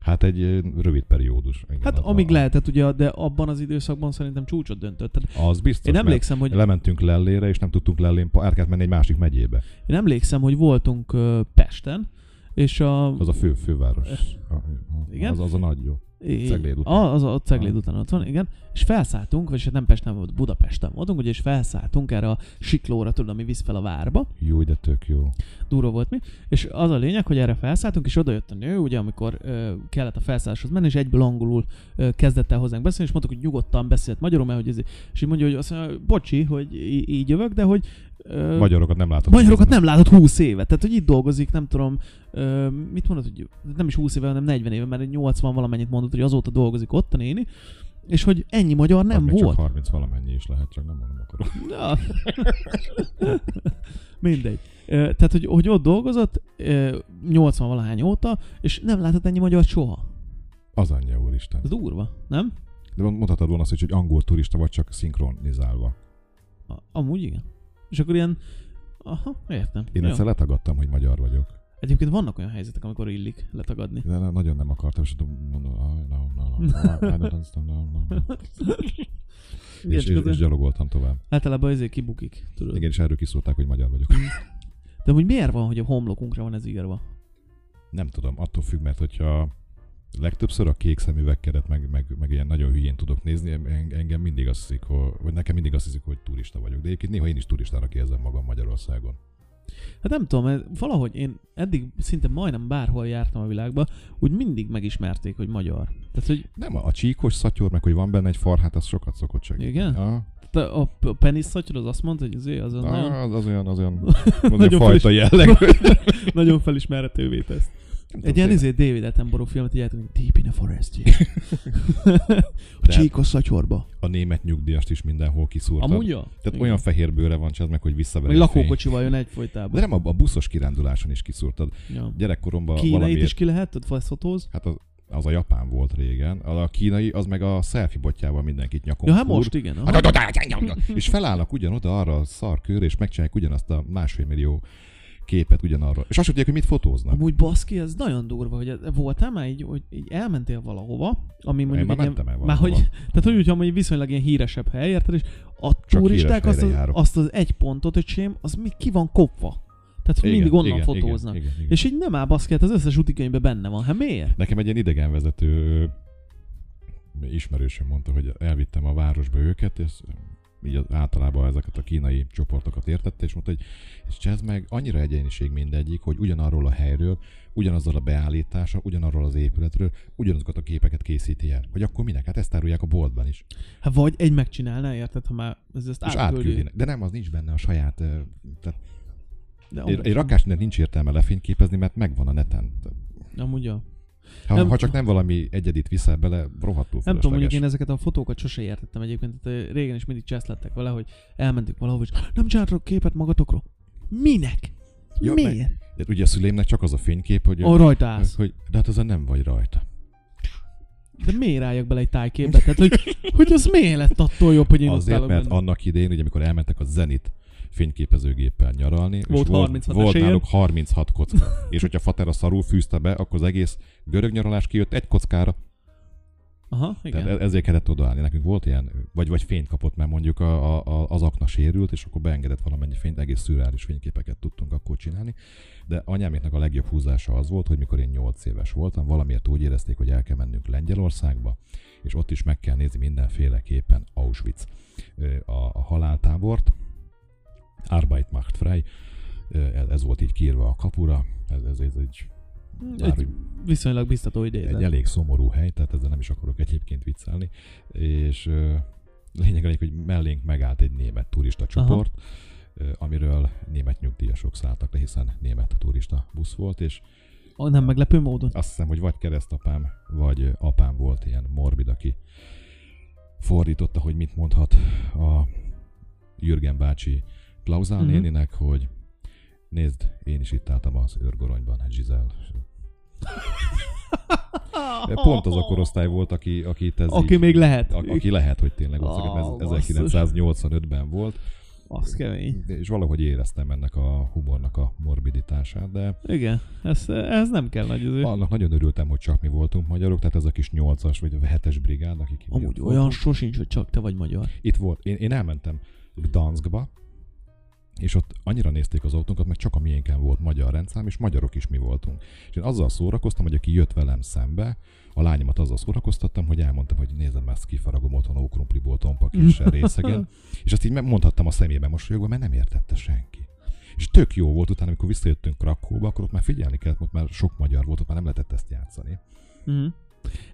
C: Hát egy ö, rövid periódus. Igen,
D: Hát
C: az
D: amíg
C: a-
D: lehetett, ugye, de abban az időszakban szerintem csúcsot döntött. Tehát
C: Az biztos,
D: én
C: mert
D: emlékszem, hogy,
C: lementünk Lellére, és nem tudtunk Lellén, pa- el kellett menni egy másik megyébe.
D: én emlékszem, hogy voltunk ö, Pesten, és a...
C: Az a fő, főváros.
D: Öh. Igen?
C: Az, az a nagy jó.
D: Í-
C: Cegléd után.
D: A, az a Cegléd
C: Aha.
D: után ott van, igen. És felszálltunk, vagyis hát nem Pesten volt, Budapesten voltunk, ugye, és felszálltunk erre a siklóra, tudom, ami visz fel a várba.
C: Jó, de tök jó.
D: durva volt mi, és az a lényeg, hogy erre felszálltunk, és oda jött a nő, ugye, amikor ö, kellett a felszálláshoz menni, és egyből angolul ö, kezdett el hozzánk beszélni, és mondtuk, hogy nyugodtan beszélt magyarul, mert hogy ez, és így mondja, hogy azt mondja, bocsi, hogy í- így jövök, de hogy ö,
C: Magyarokat nem látod.
D: magyarokat nem látott 20 éve, tehát hogy itt dolgozik, nem tudom, ö, mit mondod, hogy nem is 20 éve, hanem 40 éve, mert 80 valamennyit mondott, hogy azóta dolgozik ott a néni, és hogy ennyi magyar nem
C: még
D: volt.
C: Csak 30 valamennyi is lehet, csak nem mondom akkor.
D: Na. Mindegy. Ö, Tehát, hogy, hogy ott dolgozott ö, 80-valahány óta, és nem látott ennyi magyar soha.
C: Az anyja úristen.
D: Ez durva, nem?
C: De mond- mondhatod volna azt, is, hogy angol turista vagy csak szinkronizálva.
D: A- Amúgy igen. És akkor ilyen... Aha, értem.
C: Én
D: Jó.
C: egyszer letagadtam, hogy magyar vagyok.
D: Egyébként vannak olyan helyzetek, amikor illik letagadni.
C: De ne- nagyon nem akartam, és tudom, mondom, "Ah, no, no, no, no, I don't understand, no, no, no."
D: Igen,
C: és,
D: csak
C: és,
D: az-
C: és gyalogoltam tovább.
D: Általában ezért kibukik, tudod.
C: Igen, és erről kiszólták, hogy magyar vagyok.
D: De hogy miért van, hogy a homlokunkra van ez írva?
C: Nem tudom, attól függ, mert hogyha legtöbbször a kék szemüvegkeret, meg, meg, meg ilyen nagyon hülyén tudok nézni, en- engem mindig azt hiszik, hogy, vagy nekem mindig azt hiszik, hogy turista vagyok. De egyébként néha én is turistának érzem magam Magyarországon.
D: Hát nem tudom, ez- valahogy én eddig szinte majdnem bárhol jártam a világba, úgy mindig megismerték, hogy magyar. Tehát, hogy
C: Nem, a a csíkos szatyor, meg hogy van benne egy farhát, az sokat szokott segíteni.
D: Igen?
C: Ja,
D: Te- a, a penis szatyor az azt mondta, hogy az, az
C: az,
D: nagyon,
C: az, az olyan, az olyan, az
D: Nagyon
C: olyan fajta jelleg.
D: nagyon felismerhetővé tesz. Egy ilyen izé David Attenborough filmet így állítunk, Deep in a Forest. yeah. a
C: De- hát
D: csíkos szatyorba.
C: A német nyugdíjast is mindenhol kiszúrtad.
D: Amúgy ja?
C: Tehát
D: Igen.
C: olyan fehér bőre van, csak meg, hogy visszaveri
D: Meg
C: a fény.
D: lakókocsival jön
C: De
D: egyfolytában.
C: nem, a, a buszos kiránduláson is kiszúrtad.
D: Ja.
C: Gyerekkoromban
D: Kínait
C: valamiért
D: is ki lehet, tudod, faszfotóz.
C: Hát az, az a japán volt régen, a a kínai, az meg a selfie botjával mindenkit nyakon.
D: Ja, hát
C: fúr.
D: most igen. Aha.
C: Aha. És felállnak ugyanoda arra a szarkőre, és megcsinálják ugyanazt a másfél millió képet ugyanarra. És azt tudják, hogy mit fotóznak.
D: Amúgy baszki, ez nagyon durva, hogy ez- voltál már így, hogy így elmentél valahova, ami mondjuk
C: már
D: egy ilyen-
C: mentem el
D: már hogy,
C: valahova.
D: tehát hogy úgy, hogy viszonylag ilyen híresebb hely, érted, és a
C: híres
D: turisták azt,
C: helyre
D: az,
C: járok.
D: azt az egy pontot, öcsém, az még ki van kopva. Tehát, hogy mindig onnan fotóznak.
C: Igen, igen, igen.
D: És így nem áll baszki, hát az összes utikönyvben benne van. Hát miért?
C: Nekem egy ilyen idegenvezető ö, ismerősöm mondta, hogy elvittem a városba őket, és így az- általában ezeket a kínai csoportokat értette, és mondta, hogy és ez meg annyira egyéniség mindegyik, hogy ugyanarról a helyről, ugyanazzal a beállítása, ugyanarról az épületről, ugyanazokat a képeket készíti el. Hogy akkor minek? Hát ezt árulják a boltban is.
D: Hát vagy egy megcsinálná, érted, ha már ez ezt
C: És átküldi. De nem, az nincs benne a saját... ö, Tehát
D: De
C: egy,
D: amúgy,
C: egy rakás nincs értelme lefényképezni, mert megvan a neten.
D: amúgy ja.
C: Ha,
D: Nem-
C: nem, ha csak nem valami egyedit viszel bele, rohadtul
D: Nem tudom, mondjuk
C: fölösleges.
D: én ezeket a fotókat sose értettem egyébként, tehát ö, régen is mindig cseszlettek vele, hogy elmentünk valahova, és nem csináltok képet magatokról. Minek?
C: Ja, meg-
D: Miért?
C: De ugye a szüleimnek csak az a fénykép, hogy,
D: Ó, rajta állsz.
C: hogy de hát azon nem vagy rajta.
D: De miért álljak bele egy tájképbe? Tehát, hogy, hogy az miért lett attól jobb, hogy én ott
C: Azért,
D: állok
C: mert
D: benne?
C: annak idején, ugye, amikor elmentek a zenit fényképezőgéppel nyaralni,
D: Volt
C: és volt,
D: 36
C: volt
D: esélyed?
C: náluk 36 kocka. és hogyha Fatera szarul fűzte be, akkor az egész görög nyaralás kijött egy kockára.
D: Aha, igen.
C: Igen. Tehát e- ezért kellett odaállni. Nekünk volt ilyen, vagy, vagy fényt kapott, mert mondjuk a, a, a, az akna sérült, és akkor beengedett valamennyi fényt, egész szürreális fényképeket tudtunk akkor csinálni. De anyáméknak a legjobb húzása az volt, hogy mikor én 8 éves voltam, valamiért úgy érezték, hogy el kell mennünk Lengyelországba, és ott is meg kell nézni mindenféleképpen Auschwitz, ö, a, a haláltábort, Arbeit macht frei, Ö, ez, ez volt így kiírva a kapura, ez, ez, ez egy, bár,
D: Egy viszonylag biztató
C: egy
D: idézet.
C: elég szomorú hely, tehát ezzel nem is akarok egyébként viccelni. És ö, lényeg a lényeg, hogy mellénk megállt egy német turista csoport, ö, amiről német nyugdíjasok szálltak le, hiszen német turista busz volt, és
D: Ó, Nem meglepő módon.
C: azt hiszem, hogy vagy keresztapám, vagy ö, apám volt ilyen morbid, aki fordította, hogy mit mondhat a Jürgen bácsi Klauzál
D: Mhm.
C: mm-hmm. néninek, hogy nézd, én is itt álltam az őrgoronyban, Giselle. Pont az a korosztály volt, aki, aki itt ez
D: Aki
C: így,
D: még lehet.
C: a- aki lehet, hogy tényleg ott
D: Á,
C: oh, ez
D: Ah, basszus.
C: 1985-ben volt,
D: Az kemény.
C: de- és valahogy éreztem ennek a humornak a morbiditását, de
D: Igen, ez, ez nem kell nagy üző.
C: annak nagyon örültem, hogy csak mi voltunk magyarok, tehát ez a kis 8-as vagy 7-es brigád, akik
D: Amúgy
C: itt
D: olyan sosincs, hogy csak te vagy magyar.
C: Itt volt, én, én elmentem Gdanskba, és ott annyira nézték az autónkat, mert csak a miénken volt magyar rendszám, és magyarok is mi voltunk. És én azzal szórakoztam, hogy aki jött velem szembe, a lányomat azzal szórakoztattam, hogy elmondtam, hogy nézem, ezt kifaragom otthon ókrumpliból tompak és részegen. és azt így mondhattam a szemébe mosolyogva, mert nem értette senki. És tök jó volt utána, amikor visszajöttünk Krakóba, akkor ott már figyelni kellett, ott már sok magyar volt, ott már nem lehetett ezt játszani.
D: Mhm.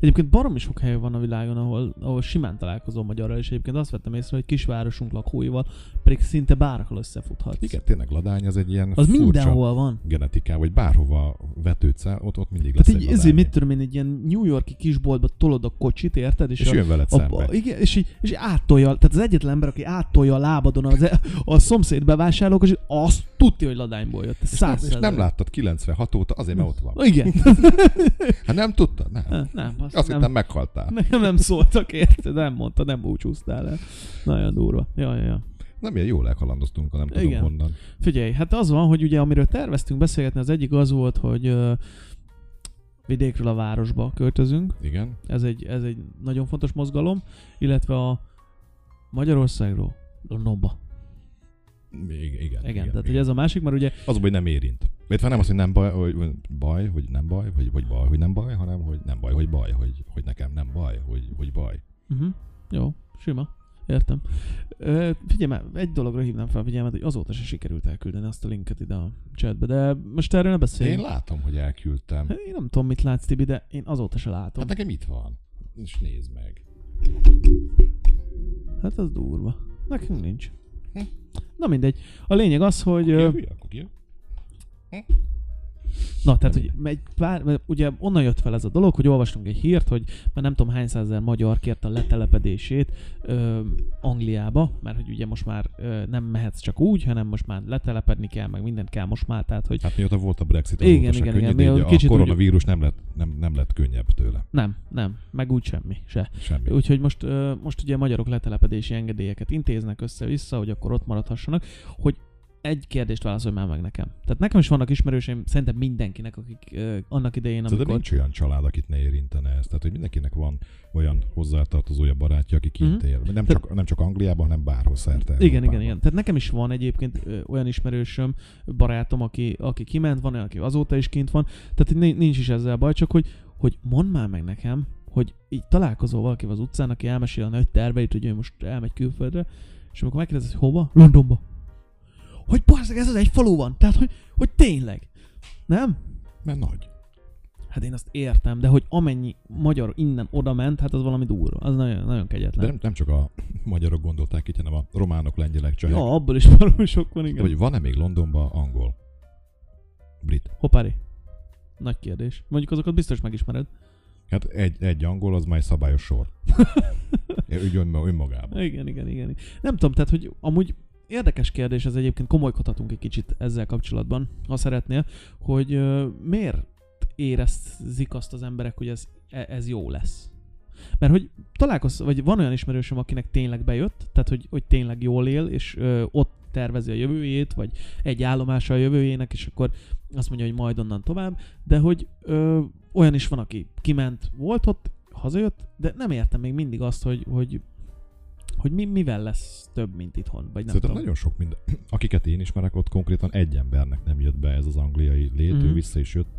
D: Egyébként baromi sok hely van a világon, ahol, ahol simán találkozom magyarral, és egyébként azt vettem észre, hogy kisvárosunk lakóival pedig szinte bárhol összefuthatsz.
C: Hát Igen, tényleg Ladány az egy ilyen
D: Az
C: furcsa
D: mindenhol van.
C: genetikával, vagy bárhova vetődsz el, ott, ott mindig lesz
D: Tehát így
C: egy
D: ezért
C: ladányi.
D: mit tudom én, egy ilyen New Yorki kisboltba tolod a kocsit, érted?
C: És jön veled
D: a, a,
C: szembe.
D: igen, és, így, és így áttolja, tehát az egyetlen ember, aki áttolja a lábadon az, e- a szomszéd bevásárlók, és azt tudja, hogy ladányból jött. Száz
C: És nem láttad 96 óta, azért mert ott van.
D: Igen.
C: Hát nem tudtad? Nem.
D: nem, azt,
C: Azt
D: nem,
C: hittem meghaltál.
D: Nekem nem szóltak, érted? Nem mondta, nem búcsúztál el. Nagyon durva. Ja, ja, ja.
C: Nem ilyen jól elkalandoztunk, ha nem tudom
D: Igen.
C: honnan.
D: Figyelj, hát az van, hogy ugye amiről terveztünk beszélgetni, az egyik az volt, hogy ö, vidékről a városba költözünk.
C: Igen.
D: Ez egy, ez egy nagyon fontos mozgalom, illetve a Magyarországról Londonba.
C: Igen, igen,
D: Igen, igen tehát
C: igen.
D: hogy ez a másik, mert ugye
C: Az, a baj, hogy nem érint. Illetve nem az, hogy nem baj, hogy baj, hogy nem baj, vagy, vagy baj, hogy nem baj, hanem hogy nem baj, hogy baj, hogy, hogy nekem nem baj, hogy, hogy baj.
D: Uh-huh. Jó, sima. Értem. Ö, figyelj már, egy dologra hívnám fel a figyelmet, hogy azóta se sikerült elküldeni azt a linket ide a chatbe, de most erről ne
C: Én
D: beszéljünk.
C: látom, hogy elküldtem.
D: Én nem tudom, mit látsz, Tibi, de én azóta se látom.
C: Hát nekem itt van. És nézd meg.
D: Hát az durva. Nekünk nincs.
C: Hm.
D: Na mindegy. A lényeg az, hogy...
C: Ki
D: ö,
C: a hülye? Akkor ki a-
D: Na, tehát, hogy egy pár, mert ugye onnan jött fel ez a dolog, hogy olvastunk egy hírt, hogy már nem tudom hány százezer magyar kért a letelepedését ö, Angliába, mert hogy ugye most már ö, nem mehetsz csak úgy, hanem most már letelepedni kell, meg mindent kell most már, tehát hogy
C: Hát mióta volt a Brexit,
D: Igen,
C: azóta se
D: igen,
C: könnyű,
D: igen,
C: de
D: mi
C: így
D: a- kicsit
C: a koronavírus nem lett, nem, nem lett könnyebb tőle.
D: nem, nem, meg úgy semmi se.
C: Semmi.
D: Úgyhogy most, ö, most ugye a magyarok letelepedési engedélyeket intéznek össze-vissza, hogy akkor ott maradhassanak, hogy egy kérdést válaszolj már meg nekem. Tehát nekem is vannak ismerőseim, szerintem mindenkinek, akik ö, annak idején,
C: Szerintem
D: amikor...
C: nincs olyan család, akit ne érintene ez. Tehát, hogy mindenkinek van olyan hozzátartozója, barátja, aki kint
D: Mhm.
C: él. Nem
D: Tehát-
C: csak, nem csak Angliában, hanem bárhol szerte.
D: Igen,
C: Európában.
D: igen, igen. Tehát nekem is van egyébként ö, olyan ismerősöm, barátom, aki, aki kiment, van olyan, aki azóta is kint van. Tehát hogy ni- nincs is ezzel baj, csak hogy, hogy mondd már meg nekem, hogy így találkozol valakivel az utcán, aki elmesél a nagy terveit, hogy ő most elmegy külföldre, és amikor megkérdezed, hogy hova? Londonba. Hogy bazzeg, ez az egy falu van. Tehát, hogy, hogy tényleg. Nem?
C: Mert nagy.
D: Hát én azt értem, de hogy amennyi magyar innen oda ment, hát az valami durva. Az nagyon, nagyon kegyetlen.
C: De nem, nem csak a magyarok gondolták itt, hanem a románok, lengyelek, csehek.
D: ja, abból is valami sok van,
C: De
D: igen.
C: Hogy van-e még Londonban angol? Brit.
D: Hoppári. Nagy kérdés. Mondjuk azokat biztos megismered.
C: Hát egy, egy angol az már egy szabályos sor. Ügyön önmagában.
D: Igen, igen, igen. Nem tudom, tehát hogy amúgy érdekes kérdés, ez egyébként komolykodhatunk egy kicsit ezzel kapcsolatban, ha szeretnél, hogy ö, miért érezzik azt az emberek, hogy ez, e- ez jó lesz. Mert hogy találkoz, vagy van olyan ismerősöm, akinek tényleg bejött, tehát hogy, hogy tényleg jól él, és ö, ott tervezi a jövőjét, vagy egy állomása a jövőjének, és akkor azt mondja, hogy majd onnan tovább, de hogy ö, olyan is van, aki kiment, volt ott, hazajött, de nem értem még mindig azt, hogy, hogy hogy mi, mivel lesz több, mint itthon, vagy nem
C: Szerintem
D: tudom.
C: nagyon sok minden. Akiket én ismerek, ott konkrétan egy embernek nem jött be ez az angliai lét, mm.
D: Mhm.
C: ő vissza is jött.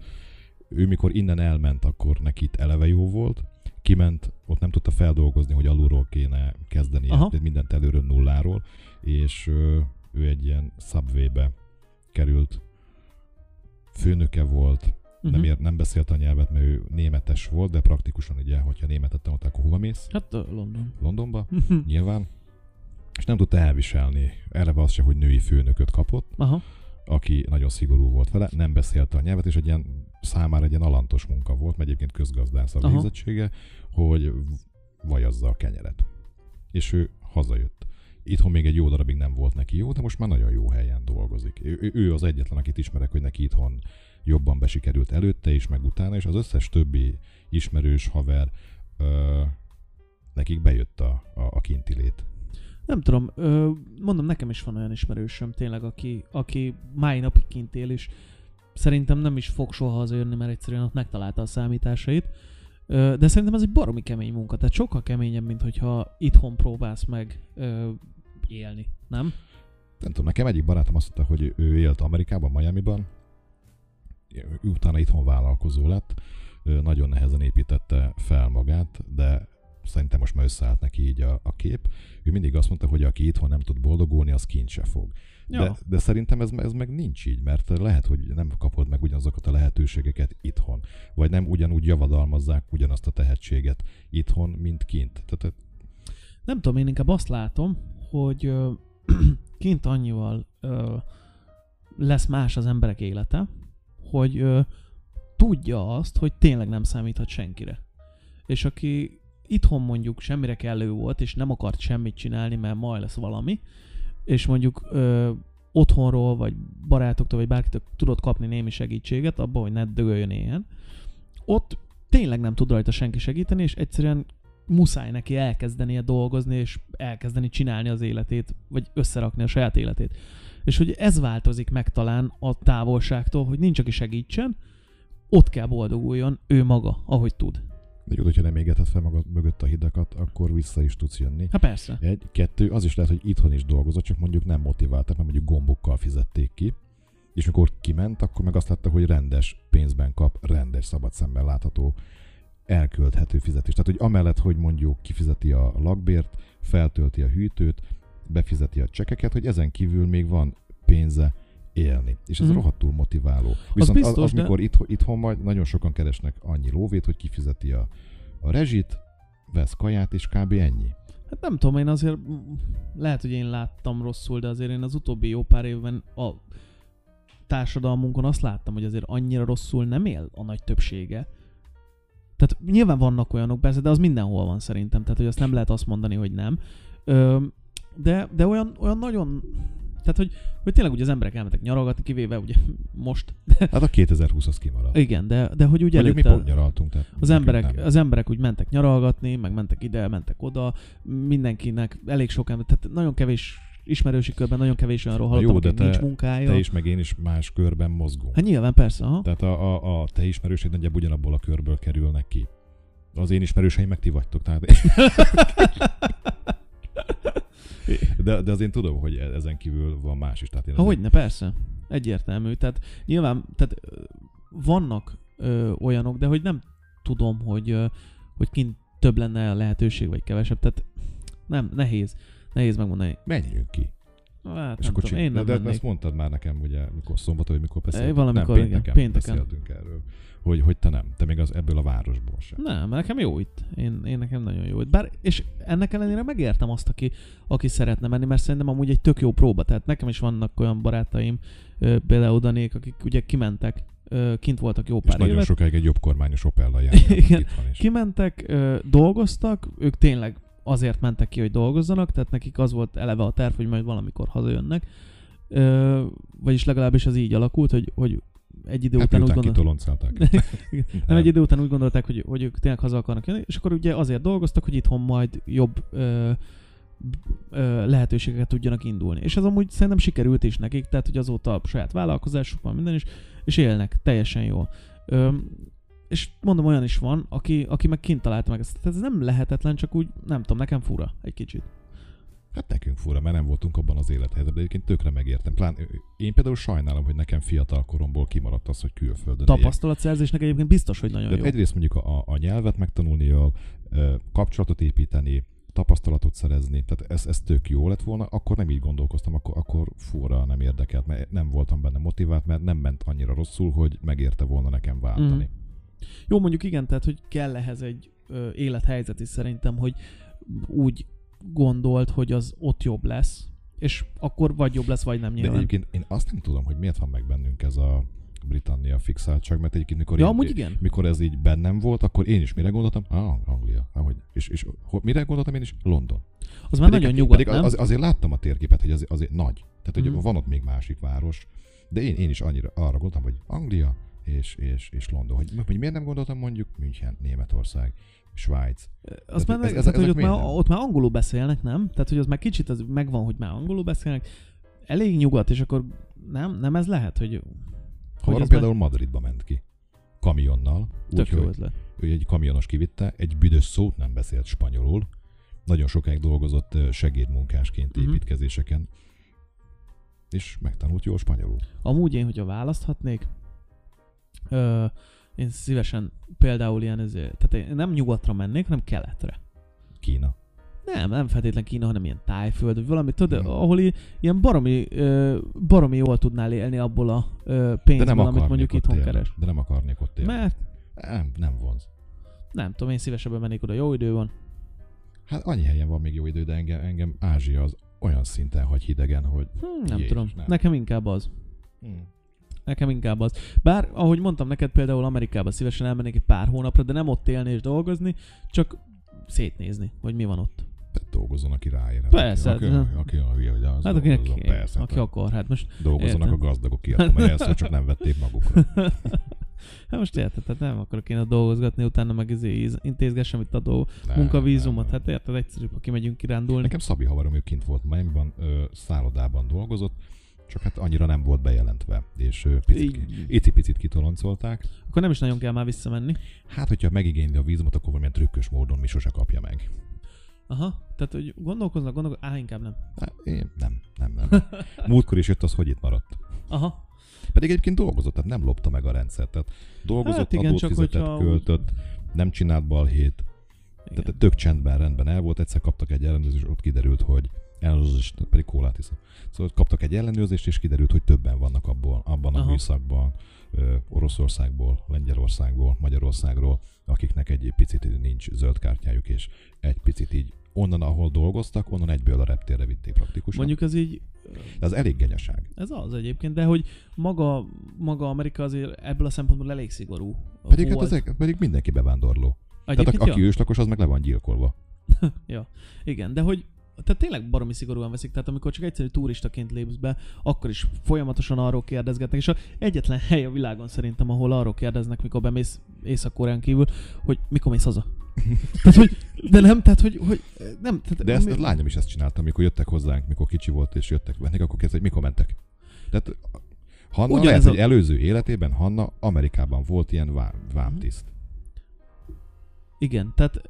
C: Ő mikor innen elment, akkor neki itt eleve jó volt. Kiment, ott nem tudta feldolgozni, hogy alulról kéne kezdeni
D: Aha.
C: tehát mindent előről nulláról, és ö, ő egy ilyen subway került. Főnöke volt,
D: Mhm.
C: nem, ér, nem beszélt a nyelvet, mert ő németes volt, de praktikusan ugye, hogyha németet tanultál, akkor hova mész?
D: Hát ö, London.
C: Londonba, nyilván. És nem tudta elviselni. Eleve az se, hogy női főnököt kapott,
D: Aha.
C: aki nagyon szigorú volt vele, nem beszélte a nyelvet, és egy ilyen számára egy ilyen alantos munka volt, mert egyébként közgazdász a
D: Aha.
C: végzettsége, hogy v- vajazza a kenyeret. És ő hazajött. Itthon még egy jó darabig nem volt neki jó, de most már nagyon jó helyen dolgozik. Ő, ő- ő az egyetlen, akit ismerek, hogy neki itthon jobban besikerült előtte is, meg utána, és az összes többi ismerős haver ö, nekik bejött a, a, a kintilét.
D: Nem tudom, ö, mondom, nekem is van olyan ismerősöm tényleg, aki, aki mai napig kint él, és szerintem nem is fog soha hazajönni, mert egyszerűen ott megtalálta a számításait. Ö, de szerintem ez egy baromi kemény munka, tehát sokkal keményebb, mint hogyha itthon próbálsz meg ö, élni, nem?
C: nem tudom, nekem egyik barátom azt mondta, hogy ő élt Amerikában, Miami-ban, ő utána itthon vállalkozó lett, ő nagyon nehezen építette fel magát, de szerintem most már összeállt neki így a, a kép. Ő mindig azt mondta, hogy aki itthon nem tud boldogulni, az kint se fog.
D: Ja.
C: De, de szerintem ez, ez meg nincs így, mert lehet, hogy nem kapod meg ugyanazokat a lehetőségeket itthon, vagy nem ugyanúgy javadalmazzák ugyanazt a tehetséget itthon, mint kint. Tehát
D: Nem tudom, én inkább azt látom, hogy ö, kint annyival ö, lesz más az emberek élete, hogy ö, tudja azt, hogy tényleg nem számíthat senkire. És aki itthon mondjuk semmire kellő volt, és nem akart semmit csinálni, mert majd lesz valami, és mondjuk ö, otthonról, vagy barátoktól, vagy bárkitől tudod kapni némi segítséget abban, hogy ne dögöljön éhen, ott tényleg nem tud rajta senki segíteni, és egyszerűen muszáj neki elkezdenie dolgozni, és elkezdeni csinálni az életét, vagy összerakni a saját életét. És hogy ez változik meg talán a távolságtól, hogy nincs, aki segítsen, ott kell boldoguljon ő maga, ahogy tud.
C: jó, hogyha nem égeted fel magad mögött a hidakat, akkor vissza is tudsz jönni.
D: Hát persze.
C: Egy, kettő, az is lehet, hogy itthon is dolgozott, csak mondjuk nem motiváltak, mert mondjuk gombokkal fizették ki. És mikor kiment, akkor meg azt látta, hogy rendes pénzben kap, rendes szabad szemben látható, elkölthető fizetést. Tehát, hogy amellett, hogy mondjuk kifizeti a lakbért, feltölti a hűtőt, befizeti a csekeket, hogy ezen kívül még van pénze élni. És ez
D: Mhm.
C: mm-hmm. rohadtul motiváló. Viszont az, biztos,
D: biztos,
C: az,
D: de-
C: mikor itthon, itthon majd nagyon sokan keresnek annyi lóvét, hogy kifizeti a, a rezsit, vesz kaját, és kb. ennyi.
D: Hát nem tudom, én azért mm, lehet, hogy én láttam rosszul, de azért én az utóbbi jó pár évben a társadalmunkon azt láttam, hogy azért annyira rosszul nem él a nagy többsége. Tehát nyilván vannak olyanok persze, de az mindenhol van szerintem, tehát hogy azt nem lehet azt mondani, hogy nem. Ö, de, de olyan, olyan nagyon... Tehát, hogy, hogy tényleg ugye az emberek elmentek nyaralgatni, kivéve ugye most.
C: Hát a 2020 az kimarad.
D: Igen, de, de hogy ugye
C: Mondjuk mi pont nyaraltunk. Tehát
D: az
C: nekünk
D: emberek,
C: nem.
D: az emberek úgy mentek nyaralgatni, meg mentek ide, mentek oda, mindenkinek elég sok ember, tehát nagyon kevés ismerősi körben nagyon kevés olyanról
C: Na
D: hallottam,
C: jó, de te-
D: akinek nincs munkája.
C: Te is, meg én is más körben mozgunk.
D: Hát nyilván persze, aha.
C: Tehát a, a, a te ismerőség nagyjából ugyanabból a körből kerülnek ki. Az én ismerőseim meg ti vagytok. Tehát... De, de az én tudom, hogy e- ezen kívül van más is. Tehát én
D: Ha
C: azért-
D: hogyne, persze. Egyértelmű. Tehát nyilván tehát ö, vannak ö, olyanok, de hogy nem tudom, hogy, ö, hogy kint több lenne a lehetőség, vagy kevesebb. Tehát nem, nehéz. Nehéz megmondani.
C: Menjünk ki.
D: Hát,
C: És
D: nem
C: akkor
D: tudom, én
C: csináljuk.
D: nem
C: De, de
D: mennék.
C: ezt mondtad már nekem, ugye, mikor szombaton, hogy mikor beszéltünk.
D: valamikor,
C: nem,
D: igen,
C: pénteken,
D: pénteken.
C: beszéltünk erről. Hogy, hogy te nem, te még az ebből a városból sem.
D: Nem, mert nekem jó itt. Én, én nekem nagyon jó itt. Bár, és ennek ellenére megértem azt, aki, aki szeretne menni, mert szerintem amúgy egy tök jó próba. Tehát nekem is vannak olyan barátaim, ö, például Danék, akik ugye kimentek ö, kint voltak jó
C: És
D: pár
C: nagyon
D: évet.
C: sokáig egy jobb kormányos Opella járt.
D: Igen.
C: Itt van hát is.
D: Kimentek, ö, dolgoztak, ők tényleg azért mentek ki, hogy dolgozzanak, tehát nekik az volt eleve a terv, hogy majd valamikor hazajönnek. Ö, vagyis legalábbis az így alakult, hogy, hogy egy idő
C: Hát
D: után úgy
C: miután
D: gondolták.
C: kitoloncolták.
D: Nem, egy idő után úgy gondolták, hogy, hogy ők tényleg haza akarnak jönni, és akkor ugye azért dolgoztak, hogy itthon majd jobb ö, ö, lehetőségeket tudjanak indulni. És ez amúgy szerintem sikerült is nekik, tehát hogy azóta a saját vállalkozásuk van minden is, és élnek teljesen jól. Ö, és mondom, olyan is van, aki, aki meg kint találta meg ezt. Tehát ez nem lehetetlen, csak úgy, nem tudom, nekem fura egy kicsit.
C: Hát nekünk fura, mert nem voltunk abban az élethelyzetben, de egyébként tökre megértem. Plán, én például sajnálom, hogy nekem fiatal koromból kimaradt az, hogy külföldön éljek.
D: Tapasztalatszerzésnek egyébként biztos, hogy nagyon
C: Tehát
D: jó.
C: egyrészt mondjuk a, a- a nyelvet megtanulni, a, ö, kapcsolatot építeni, tapasztalatot szerezni, tehát ez, ez tök jó lett volna, akkor nem így gondolkoztam, akkor, akkor fúra nem érdekelt, mert nem voltam benne motivált, mert nem ment annyira rosszul, hogy megérte volna nekem váltani.
D: Mhm. Jó, mondjuk igen, tehát hogy kell ehhez egy ö, élethelyzet is szerintem, hogy úgy gondolt, hogy az ott jobb lesz, és akkor vagy jobb lesz, vagy nem
C: De
D: nyilván.
C: egyébként én azt nem tudom, hogy miért van meg bennünk ez a Britannia fixáltság, mert egyébként mikor,
D: ja,
C: én,
D: amúgy igen.
C: mikor ez így bennem volt, akkor én is mire gondoltam? Ah, Anglia. Ah, hogy, és, és ho- mire gondoltam én is? London.
D: Az már nagyon nyugodt,
C: pedig
D: nem?
C: Az, azért láttam a térképet, hogy azért, azért nagy. Tehát, hogy
D: Mhm.
C: van ott még másik város, de én, én is annyira arra gondoltam, hogy Anglia és, és, és London. Hogy, hogy miért nem gondoltam mondjuk München, Németország, Svájc.
D: Az
C: Tehát
D: már,
C: ez-
D: ez,
C: ez-
D: tehát, hogy
C: ezek
D: ott már,
C: miért nem?
D: ott már angolul beszélnek, nem? Tehát, hogy az már kicsit az megvan, hogy már angolul beszélnek. Elég nyugat, és akkor nem, nem ez lehet, hogy Hogy
C: Arra
D: ez meg-
C: például Madridba ment ki. Kamionnal.
D: tök jó
C: Úgyhogy
D: ötlet.
C: ő egy kamionos kivitte, egy büdös szót nem beszélt spanyolul. Nagyon sokáig dolgozott ö, segédmunkásként
D: Mhm.
C: építkezéseken. És megtanult jól spanyolul.
D: Amúgy én, hogyha választhatnék, ö, én szívesen például ilyen, ezért, tehát én nem nyugatra mennék, hanem keletre.
C: Kína.
D: Nem, nem feltétlen Kína, hanem ilyen tájföld, vagy valami, tudod,
C: Mm.
D: ahol i- ilyen baromi, ö, baromi jól tudnál élni abból a ö,
C: De nem
D: pénzből, amit
C: akarnék
D: mondjuk
C: ott
D: itthon
C: élni.
D: keres.
C: De nem akarnék ott élni.
D: Mert
C: Nem, nem vonz.
D: nem tudom, én szívesebben mennék oda, jó idő van.
C: Hát annyi helyen van még jó idő, de engem, engem Ázsia az olyan szinten hagy hidegen, hogy...
D: Hm, nem
C: Jézus,
D: tudom,
C: nem.
D: nekem inkább az.
C: Hmm.
D: Nekem inkább az. Bár, ahogy mondtam neked, például Amerikába szívesen elmennék egy pár hónapra, de nem ott élni és dolgozni, csak szétnézni, hogy mi van ott.
C: Tehát dolgozzon, aki ráér.
D: Persze,
C: Aki,
D: hát,
C: aki, aki a hülye, hogy az
D: Hát akinek
C: dolgozzon, persze.
D: aki
C: tehát
D: akar, hát most,
C: dolgozzanak
D: értem.
C: a gazdagok kiadtam, mert ezt csak nem vették magukra.
D: hát most érted, tehát nem akarok én ott dolgozgatni, utána meg izé, íz- intézgessem itt a dolgok.
C: Nem,
D: munkavízumot,
C: nem, nem.
D: hát érted, egyszerűbb, ha kimegyünk kirándulni.
C: Nekem Szabi haverom, ő kint volt Miami-ban, ö, szállodában dolgozott, csak hát annyira nem volt bejelentve, és ö, picit, ki-
D: Így.
C: icipicit kitoloncolták.
D: Akkor nem is nagyon kell már visszamenni.
C: Hát, hogyha megigényli a vízumot, akkor valamilyen trükkös módon mi sose kapja meg.
D: Aha, tehát hogy gondolkoznak, gondolkoznak, á, inkább nem.
C: Hát, én nem, nem, nem. Múltkor is jött az, hogy itt maradt.
D: Aha,
C: Pedig egyébként dolgozott, tehát nem lopta meg a rendszert. Tehát dolgozott, hát
D: Hát igen,
C: igen, adót
D: csak
C: fizetett,
D: hogyha-
C: költött, nem csinált balhét.
D: igen.
C: Tehát tök csendben, rendben el volt. Egyszer kaptak egy ellenőrzést, ott kiderült, hogy ellenőrzést, pedig kólát iszom. Szóval kaptak egy ellenőrzést, és kiderült, hogy többen vannak abból, abban a
D: Aha.
C: műszakban, ö, Oroszországból, Lengyelországból, Magyarországról, akiknek egy picit nincs zöld kártyájuk, és egy picit így onnan, ahol dolgoztak, onnan egyből a reptérre vitték praktikusan. Mondjuk...
D: Mondjuk ez így,
C: De az elég genyaság.
D: ez az egyébként, de hogy maga, maga Amerika azért ebből a szempontból elég szigorú
C: Pedig, hát
D: volt.
C: ezek, pedig mindenki bevándorló. Tehát
D: Egyébként
C: a, aki
D: ja,
C: őslakos, az meg le van gyilkolva.
D: igen, de hogy tehát tényleg baromi szigorúan veszik, tehát amikor csak egyszerű turistaként lépsz be, akkor is folyamatosan arról kérdezgetnek, és a egyetlen hely a világon szerintem, ahol arról kérdeznek, mikor bemész Észak-Koreán kívül, hogy mikor mész haza. tehát, hogy, de nem, tehát, hogy, hogy nem, tehát,
C: De ezt
D: mi-
C: a lányom is ezt csinálta, amikor jöttek hozzánk, mikor kicsi volt, és jöttek vennék, akkor kérdezte, hogy mikor mentek. Tehát Hanna
D: Ugyanez
C: lehet,
D: a-
C: hogy előző életében Hanna Amerikában volt ilyen vám, vámtiszt.
D: Mhm. Igen, tehát,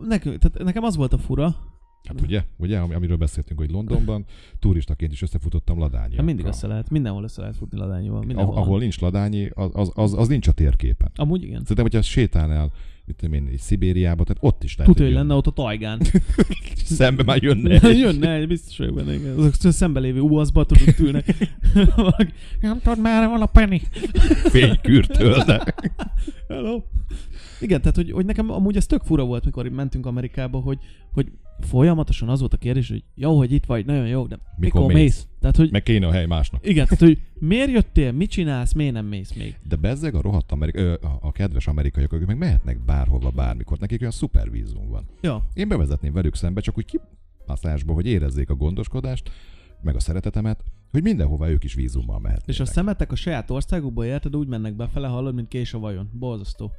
D: nekünk, tehát nekem az volt a fura,
C: Hát ugye, ugye, ami- amiről beszéltünk, hogy Londonban turistaként is összefutottam ladányi.
D: ja, Hát mindig össze lehet, mindenhol össze lehet futni ladányúval, mindenhol.
C: Ahol nincs ladányi, az, az, az, az nincs a térképen.
D: Amúgy igen.
C: Szerintem, hogyha sétálnál, mit tudom én, így Szibériába, tehát ott is lehet,
D: Tudja, hogy
C: jön-
D: lenne ott a tajgán.
C: szembe már jönne. egy.
D: Jönne egy, biztos vagyok benne, igen. Azok a szembelévő uaszba tudod ülnek. Valaki, nem tudod, merre van a penny.
C: fénykürtől, de...
D: Hello. Igen, tehát hogy, hogy nekem amúgy ez tök fura volt, mikor mentünk Amerikába, hogy, hogy folyamatosan az volt a kérdés, hogy jó, hogy itt vagy, nagyon jó, de mikor,
C: mész?
D: mikor mész? Tehát, hogy
C: Meg kéne a hely másnak.
D: igen, tehát, hogy miért jöttél, mit csinálsz, miért nem mész még?
C: De bezzeg a rohadt amerik- ö, a, a kedves amerikaiak, akik meg mehetnek bárhova, bármikor, nekik olyan szupervízum van.
D: Ja,
C: Én bevezetném velük szembe, csak úgy kipaszlásba, hogy érezzék a gondoskodást, meg a szeretetemet, hogy mindenhova ők is vízummal mehetnek.
D: és a szemetek a saját országukból érted, úgy mennek befele, hallod, mint kés a vajon. Borzasztó.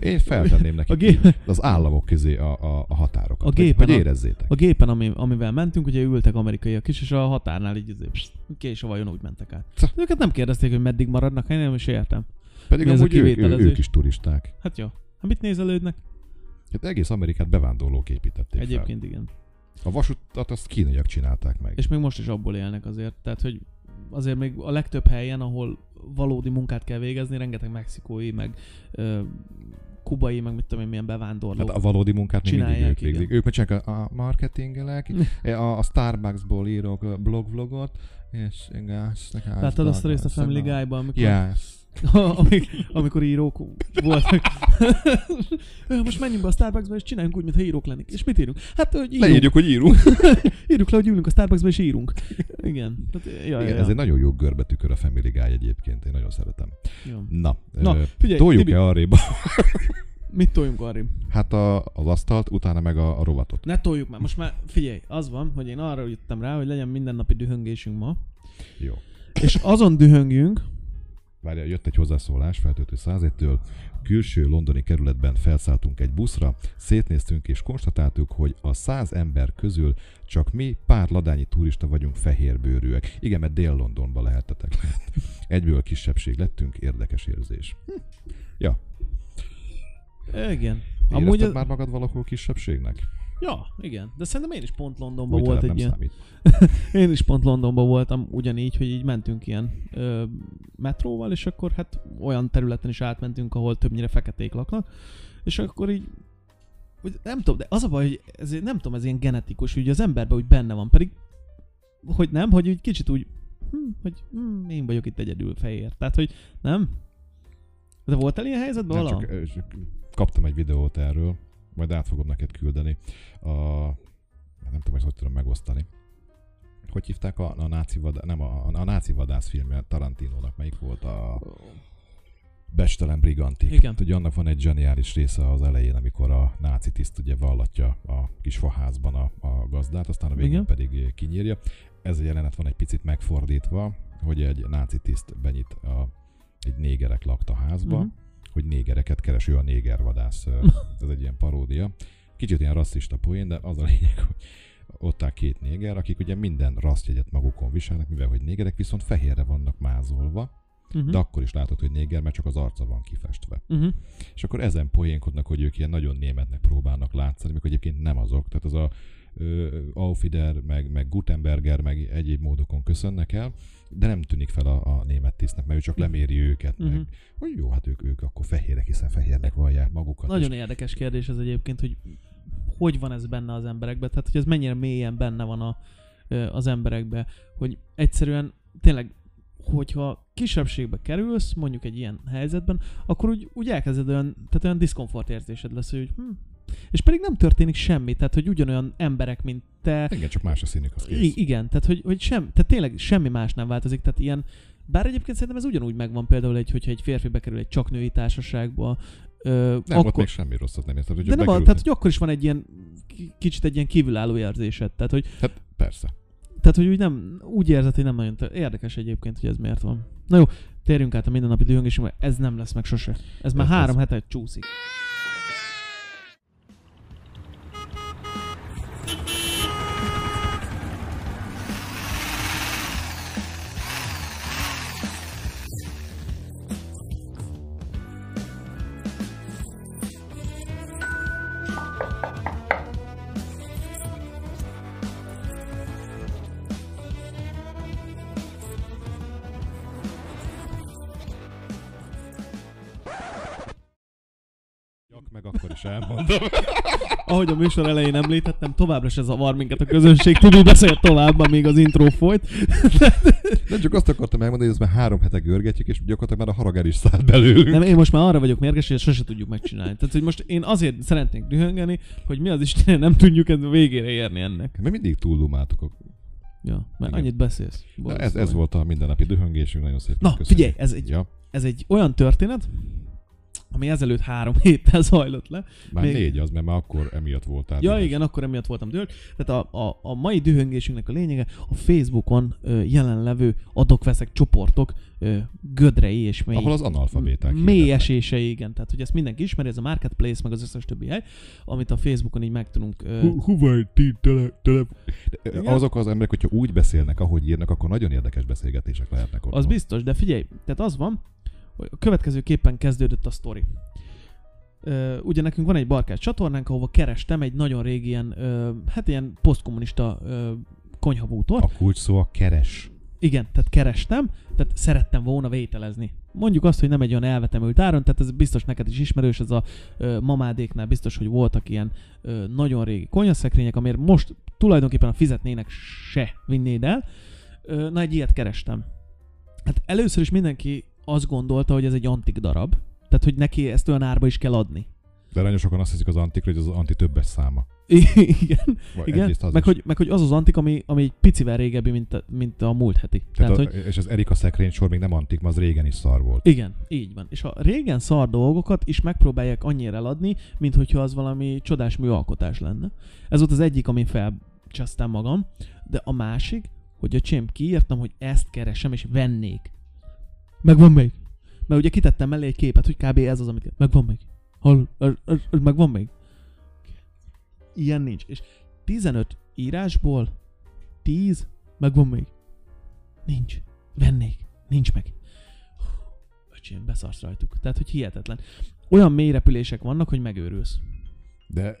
C: Én feltenném
D: A,
C: nekik
D: gé-
C: az államok közé a, a, a határokat,
D: A
C: hogy,
D: gépen
C: hogy
D: a-
C: érezzétek.
D: a gépen, ami, amivel mentünk, ugye ültek amerikaiak is, és a határnál így izé, pst, kés a vajon úgy mentek át.
C: Ca.
D: Őket nem kérdezték, hogy meddig maradnak, én nem is értem.
C: Pedig
D: mi ez a
C: amúgy ők, ők,
D: kivételezés?
C: ők is turisták.
D: Hát jó. Hát mit nézelődnek?
C: Hát egész Amerikát bevándorlók építették
D: Egyébként igen.
C: fel. A vasutat azt kínaiak csinálták meg.
D: És még most is abból élnek azért. Tehát, hogy azért még a legtöbb helyen, ahol valódi munkát kell végezni, rengeteg mexikói, meg ö, kubai, meg mit tudom én, milyen bevándorló.
C: Hát a valódi munkát még mindig
D: Csinálják,
C: ők végzik.
D: igen.
C: Ők meg csak a, a marketingelek, a, a Starbucksból írok a blogvlogot, és gáz, nekem
D: Láttad azt a részt a Family Guy-ban, amikor,
C: Yes.
D: amik, amikor írók voltak? Ö, Most menjünk be a Starbucksba, és csináljunk úgy, mintha írók lennénk. És mit írunk? Hát, hogy írunk.
C: Leírjuk, hogy írunk.
D: írjuk le, hogy ülünk a Starbucksba, és írunk. Igen. Tehát, ja, ja,
C: Igen,
D: ja.
C: ez egy nagyon jó görbetükör a Family Guy egyébként, én nagyon szeretem.
D: Jó.
C: Na,
D: Na,
C: ö,
D: figyelj, Tibi,
C: toljuk-e arréba?
D: mit toljunk arrébb?
C: Hát a, az asztalt, utána meg a, a rovatot.
D: Ne toljuk már, most már figyelj, az van, hogy én arra jöttem rá, hogy legyen mindennapi dühöngésünk ma,
C: Jó.
D: és azon dühöngjünk,
C: Várja, jött egy hozzászólás feltöltő százéttől. Külső londoni kerületben felszálltunk egy buszra, szétnéztünk és konstatáltuk, hogy a száz ember közül csak mi pár ladányi turista vagyunk fehérbőrűek. Igen, mert Dél-Londonba lehetetek. Egyből kisebbség lettünk, érdekes érzés.
D: igen.
C: Érezted
D: Amúgy,
C: Amúgy
D: az...
C: már magad valahol kisebbségnek?
D: ja, igen, de szerintem én is pont Londonban
C: Úgy
D: volt
C: nem
D: egy ilyen,
C: számít.
D: én is pont Londonban voltam ugyanígy, hogy így mentünk ilyen ö, metróval, és akkor hát olyan területen is átmentünk, ahol többnyire feketék laknak, és akkor így hogy nem tudom, de az a baj, hogy ez, nem tudom, ez ilyen genetikus, hogy az emberben úgy benne van, pedig hogy nem, hogy úgy kicsit úgy, hm, hogy hm, én vagyok itt egyedül fehér. Tehát, hogy nem? De voltál ilyen helyzetben
C: Nem,
D: valaha?
C: csak, ö, csak kaptam egy videót erről, majd át fogom neked küldeni. A, hát nem tudom, hogy hogy tudom megosztani. Hogy hívták a, a náci vadász, nem, a, a náci vadász filmje Tarantinónak, melyik volt a Bestelen Brigantik.
D: Igen.
C: Hát, Ugye annak van egy zseniális része az elején, amikor a náci tiszt ugye vallatja a kis faházban a, a gazdát, aztán a végén
D: Igen.
C: Igen. pedig kinyírja. Ez a jelenet van egy picit megfordítva, hogy egy náci tiszt benyit a, egy négerek lakta házba,
D: Mhm.
C: uh-huh. hogy négereket kereső a négervadász. Ö, Ez egy ilyen paródia. Kicsit ilyen rasszista poén, de az a lényeg, hogy ott áll két néger, akik ugye minden rasszjegyet magukon viselnek, mivel hogy négerek viszont fehérre vannak mázolva,
D: Uh-huh.
C: de akkor is látod, hogy néger, mert csak az arca van kifestve.
D: Uh-huh.
C: És akkor ezen poénkodnak, hogy ők ilyen nagyon németnek próbálnak látszani, mikor egyébként nem azok. Tehát az a ö, Aufider, meg, meg Gutenberger, meg egyéb módokon köszönnek el, de nem tűnik fel a, a német tisztnek, mert ő csak leméri őket,
D: Mhm.
C: meg hogy jó, hát ők, ők akkor fehérek, hiszen fehérnek vallják magukat.
D: Nagyon
C: és
D: érdekes kérdés ez egyébként, hogy hogy van ez benne az emberekben, tehát hogy ez mennyire mélyen benne van a, ö, az emberekben, hogy egyszerűen tényleg, hogyha kisebbségbe kerülsz, mondjuk egy ilyen helyzetben, akkor úgy, úgy elkezded olyan, tehát olyan diszkomfort érzésed lesz, hogy hm. és pedig nem történik semmi, tehát hogy ugyanolyan emberek, mint te,
C: igen, csak más a színük az kész.
D: I- igen, tehát hogy, hogy sem, tehát tényleg semmi más nem változik, tehát ilyen, bár egyébként szerintem ez ugyanúgy megvan például egy, hogyha egy férfi bekerül egy csak női társaságba, ö,
C: nem,
D: akkor,
C: ott még semmi rosszat nem értem.
D: de nem, a, tehát hogy akkor is van egy ilyen, ki- kicsit egy ilyen kívülálló érzésed, tehát hogy,
C: hát persze.
D: tehát, hogy úgy, nem, úgy érzed, hogy nem nagyon te- érdekes egyébként, hogy ez miért van. Na jó, térjünk át a mindennapi dühöngésünkbe, ez nem lesz meg sose. Ez már
C: Ez- ez-
D: három hete csúszik.
C: Jak meg akkor is elmondom.
D: Ahogy a műsor elején említettem, továbbra se zavar minket a közönség, Tibi beszélt tovább, amíg az intro folyt.
C: Nem csak azt akartam elmondani, hogy ezt már három hete görgetjük, és gyakorlatilag már a harag el is szállt belőlünk.
D: Nem, én most már arra vagyok mérges, hogy ezt sose tudjuk megcsinálni. Tehát, hogy most én azért szeretnék dühöngeni, hogy mi az Isten nem tudjuk ezt a végére érni ennek.
C: Mert mindig túllumáltuk. a-
D: Ja, mert
C: Igen.
D: annyit beszélsz.
C: Na,
D: Borzasztó
C: ez, ez
D: vagy.
C: volt a mindennapi dühöngésünk, nagyon szépen
D: Na,
C: köszönjük.
D: figyelj, ez egy,
C: Ja,
D: ez egy olyan történet, ami ezelőtt három héttel zajlott le.
C: már
D: még-
C: négy az, mert már akkor emiatt voltál.
D: Ja,
C: dühös.
D: igen, akkor emiatt voltam dühös. Tehát a, a, a mai dühöngésünknek a lényege a Facebookon ö, jelenlevő adok-veszek csoportok ö, gödrei és mély
C: Ahol az analfabéták.
D: mély
C: hirdetnek.
D: esése, igen. Tehát, hogy ezt mindenki ismeri, ez a marketplace, meg az összes többi hely, amit a Facebookon így meg tudunk... Ö,
C: Ho- Hova egy ti tele, tele. De,
D: Igen.
C: Azok az emberek, hogyha úgy beszélnek, ahogy írnak, akkor nagyon érdekes beszélgetések lehetnek ott.
D: az biztos, de figyelj, tehát az van, hogy a következőképpen kezdődött a sztori. Ö, ugye nekünk van egy barkács csatornánk, ahova kerestem egy nagyon régi ilyen, ö, hát ilyen posztkommunista ö, konyhabútort.
C: A kulcs szó a keres.
D: Igen, tehát kerestem, tehát szerettem volna vételezni. Mondjuk azt, hogy nem egy olyan elvetemült áron, tehát ez biztos neked is ismerős, ez a ö, mamádéknál biztos, hogy voltak ilyen ö, nagyon régi konyaszekrények, amért most tulajdonképpen a fizetnének se vinnéd el. Ö, na, egy ilyet kerestem. Hát először is mindenki azt gondolta, hogy ez egy antik darab, tehát hogy neki ezt olyan árba is kell adni.
C: De nagyon sokan azt hiszik az antikra, hogy az anti többes száma.
D: Igen,
C: Vagy
D: igen.
C: egyrészt az
D: Meg
C: is.
D: hogy, meg hogy az az antik, ami, ami egy picivel régebbi, mint a, mint a múlt heti.
C: Tehát a, hogy... És az Erika szekrény sor még nem antik, mert az régen is szar volt.
D: Igen, így van. És a régen szar dolgokat is megpróbálják annyira eladni, mint hogyha az valami csodás műalkotás lenne. Ez volt az egyik, amin felcsesztem magam, de a másik, hogy a csém kiírtam, hogy ezt keresem, és vennék. Megvan még. Mert ugye kitettem mellé egy képet, hogy kb. ez az, amit... Megvan még. Hall, ez, ez, ez megvan még. Ilyen nincs. És 15 írásból 10 megvan még. Nincs. Vennék. Nincs meg öcsém, beszarsz rajtuk. Tehát, hogy hihetetlen. Olyan mély repülések vannak, hogy megőrülsz.
C: De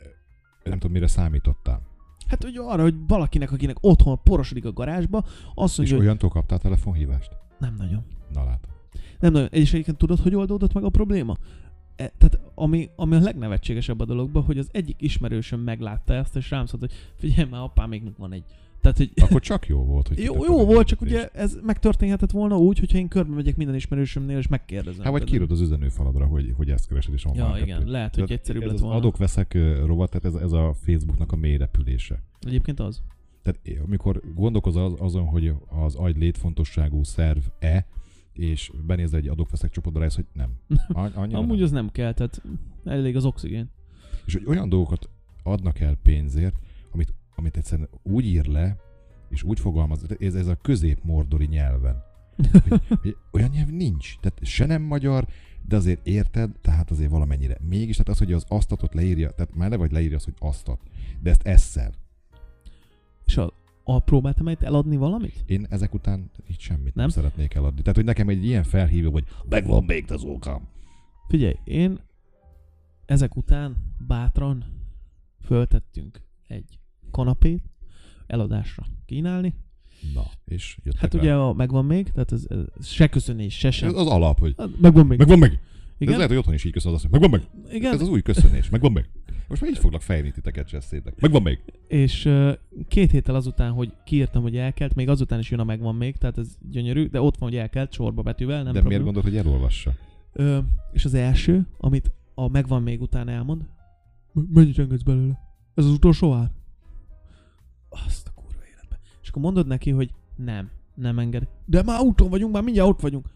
C: nem tudom, mire számítottál.
D: Hát, hogy arra, hogy valakinek, akinek otthon porosodik a garázsba, azt
C: És
D: mondja, hogy
C: olyantól kaptál telefonhívást?
D: nem nagyon.
C: Na látod.
D: Nem nagyon. És egyébként tudod, hogy oldódott meg a probléma? E, tehát, ami, ami a legnevetségesebb a dologban, hogy az egyik ismerősöm meglátta ezt, és rám szólt, hogy figyelj már, apám, még van egy. Tehát, hogy
C: Akkor csak jó volt, hogy
D: jó,
C: kitetted
D: jó
C: a
D: volt, csak
C: hirdetést.
D: ugye ez megtörténhetett volna úgy, hogyha én körbe megyek minden ismerősömnél, és megkérdezem.
C: Hát vagy
D: például.
C: kírod az üzenőfaladra, hogy, hogy ezt keresed, és van
D: Ja,
C: marketing.
D: igen, lehet, hogy
C: Tehát
D: egyszerűbb
C: ez
D: lett
C: az
D: volna.
C: adok-veszek ö, rovat, tehát ez, ez a Facebooknak a mély repülése.
D: Egyébként az.
C: Tehát é- amikor gondolkozol az, azon, hogy az agy létfontosságú szerv-e, és benéz egy adok-veszek csoportba, rájössz, hogy nem. A- Annyira
D: Amúgy
C: nem.
D: az nem kell, tehát elég az oxigén.
C: És hogy olyan dolgokat adnak el pénzért, amit, amit egyszerűen úgy ír le, és úgy fogalmaz, ez, ez a középmordori nyelven. Hogy, hogy olyan nyelv nincs. Tehát se nem magyar, de azért érted, tehát azért valamennyire. Mégis, tehát az, hogy az asztatot leírja, tehát már le vagy leírja az, hogy asztat, de ezt esszel.
D: És a, a próbáltam itt eladni valamit?
C: Én ezek után így semmit nem,
D: Nem?
C: nem szeretnék eladni. Tehát, hogy nekem egy ilyen felhívó, hogy megvan még az okam.
D: Figyelj, én ezek után bátran föltettünk egy kanapét eladásra kínálni.
C: Na, és jöttek
D: Hát
C: rá.
D: ugye a, megvan még, tehát ez, ez se köszönés, se sem.
C: Ez az alap, hogy
D: Hát, Megvan még.
C: megvan meg. Igen? Ez
D: igen,
C: lehet, hogy otthon is így köszönöd azt, hogy megvan meg.
D: igen.
C: Ez az új köszönés, megvan meg. Most már így foglak fejlni titeket cseszétek. Megvan még.
D: És ö, két héttel azután, hogy kiírtam, hogy elkelt, még azután is jön a megvan még, tehát ez gyönyörű, de ott van, hogy elkelt, sorba betűvel, nem
C: Nem De
D: probléma.
C: miért gondolod, hogy elolvassa?
D: Ö, és az első, amit a megvan még után elmond, "M- mennyit engedsz belőle? Ez az utolsó ár? Azt a kurva életbe. És akkor mondod neki, hogy nem, nem enged. De már úton vagyunk, már mindjárt ott vagyunk.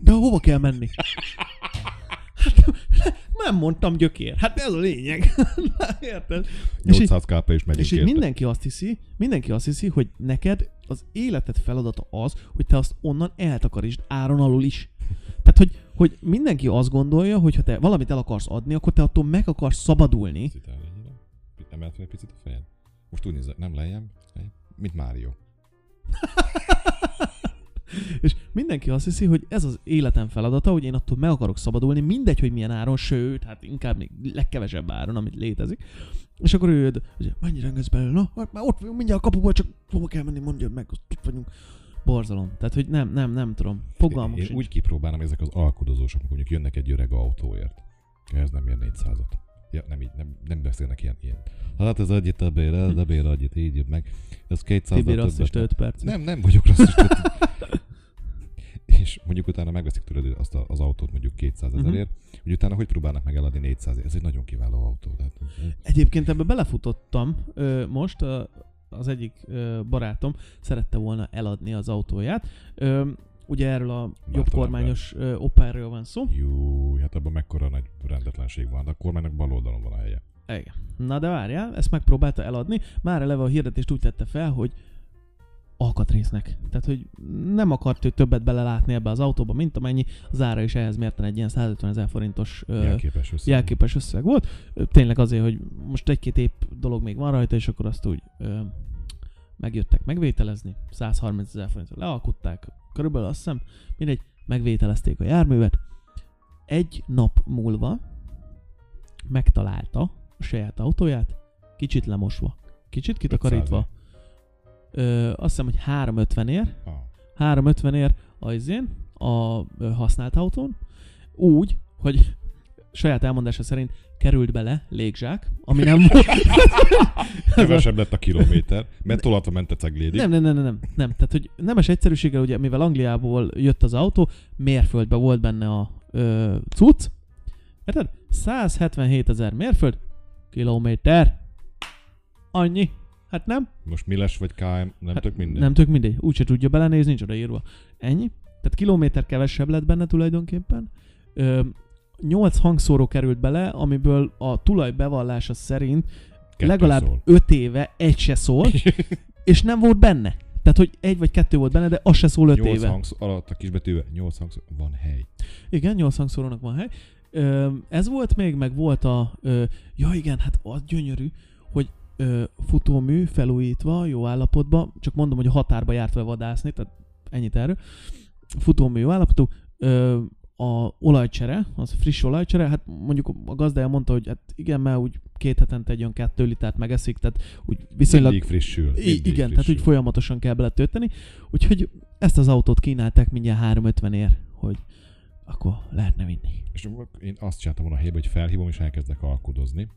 D: De hova kell menni? Hát, nem mondtam gyökér. Hát ez a lényeg. Na, Érted? És így-
C: 800 kp is megyünk
D: és így
C: érte.
D: mindenki azt hiszi, mindenki azt hiszi, hogy neked az életed feladata az, hogy te azt onnan eltakarítsd áron alul is. Tehát, hogy, hogy mindenki azt gondolja, hogy ha te valamit el akarsz adni, akkor te attól meg akarsz szabadulni.
C: Szitál ennyire? Nem eltűn egy picit a fejed? Most úgy nézek, nem lejjem, lejjem, mint Mário.
D: És mindenki azt hiszi, hogy ez az életem feladata, hogy én attól meg akarok szabadulni, mindegy, hogy milyen áron, sőt, hát inkább még legkevesebb áron, amit létezik. És akkor ő jött, hogy mennyire engedsz belőle, na, hát már ott vagyunk, mindjárt a kapuba, csak hova kell menni, mondjad meg, ott ott vagyunk. Borzalom. Tehát, hogy nem, nem, nem tudom. Fogalmam
C: Én
D: sincs.
C: úgy kipróbálom ezek az alkudozósok, amikor mondjuk jönnek egy öreg autóért. Ez nem ér 400-at. Ja, nem így, nem, nem beszélnek ilyen, ilyen. Hát ez adjit a bére, de bére adjit, így jobb meg. Ez 200
D: Tibi rasszista 5 perc.
C: Nem, nem vagyok rasszista. és mondjuk utána megveszik tőled azt a, az autót mondjuk 200
D: Mhm.
C: ezerért, uh-huh. hogy utána hogy próbálnak meg eladni 400 Ez egy nagyon kiváló autó. Tehát,
D: Egyébként ebbe belefutottam ö, most, a, az egyik ö, barátom szerette volna eladni az autóját. Ö, ugye erről a jobbkormányos ö, opáról van szó.
C: jó, hát abban mekkora nagy rendetlenség van, de a kormánynak bal oldalon van a helye.
D: Igen. Na de várjál, ezt megpróbálta eladni. Már eleve a hirdetést úgy tette fel, hogy alkatrésznek. Tehát, hogy nem akart ő többet belelátni ebbe az autóba, mint amennyi. Az ára is ehhez mérten egy ilyen 150 ezer forintos ö,
C: Jelképes össze.
D: jelképes összeg volt. Ö, Tényleg azért, hogy most egy-két épp dolog még van rajta, és akkor azt úgy ö, megjöttek megvételezni. 130 ezer forintot lealkutták, körülbelül azt hiszem, mindegy, megvételezték a járművet. Egy nap múlva megtalálta a saját autóját, kicsit lemosva, kicsit kitakarítva. Ö, azt hiszem, hogy 350 ér,
C: Ah,
D: 350 ér ajzén a ö, használt autón, úgy, hogy saját elmondása szerint került bele légzsák, ami nem volt. Ez a-
C: kevesebb lett a kilométer, mert tolatva ment a ceglédig.
D: nem, nem, nem, nem, nem, nem. Tehát, hogy nemes egyszerűséggel, ugye, mivel Angliából jött az autó, mérföldbe volt benne a ö, cucc, érted? 177 ezer mérföld, kilométer, annyi. Hát nem?
C: Most Miles vagy KM, nem
D: Hát
C: tök mindegy.
D: Nem tök mindegy. Úgy se tudja belenézni, nincs odaírva. Ennyi. Tehát kilométer kevesebb lett benne tulajdonképpen. Ö, 8 hangszóró került bele, amiből a tulaj bevallása szerint
C: Kettő
D: legalább
C: szól.
D: 5 éve egy se szól, és nem volt benne. Tehát, hogy egy vagy kettő volt benne, de az se szól 5
C: 8
D: éve.
C: hangszó, alatt a kisbetűvel, 8 hangszó, van hely.
D: Igen, 8 hangszórónak van hely. Ö, ez volt még, meg volt a... Ö, ja igen, hát az gyönyörű, hogy ö, futómű felújítva, jó állapotban, csak mondom, hogy a határba járt vele vadászni, tehát ennyit erről. Futómű jó állapotú, ö, a olajcsere, az friss olajcsere, hát mondjuk a gazdája mondta, hogy hát igen, mert úgy két hetente egy olyan kettő litát megeszik, tehát úgy viszonylag
C: Mindig frissül.
D: I-
C: Mindig
D: igen, tehát
C: frissül.
D: úgy folyamatosan kell beletölteni. Úgyhogy ezt az autót kínálták mindjárt 350 ér, hogy akkor lehetne vinni.
C: És akkor én azt csináltam volna a helyben, hogy felhívom és elkezdek alkudozni.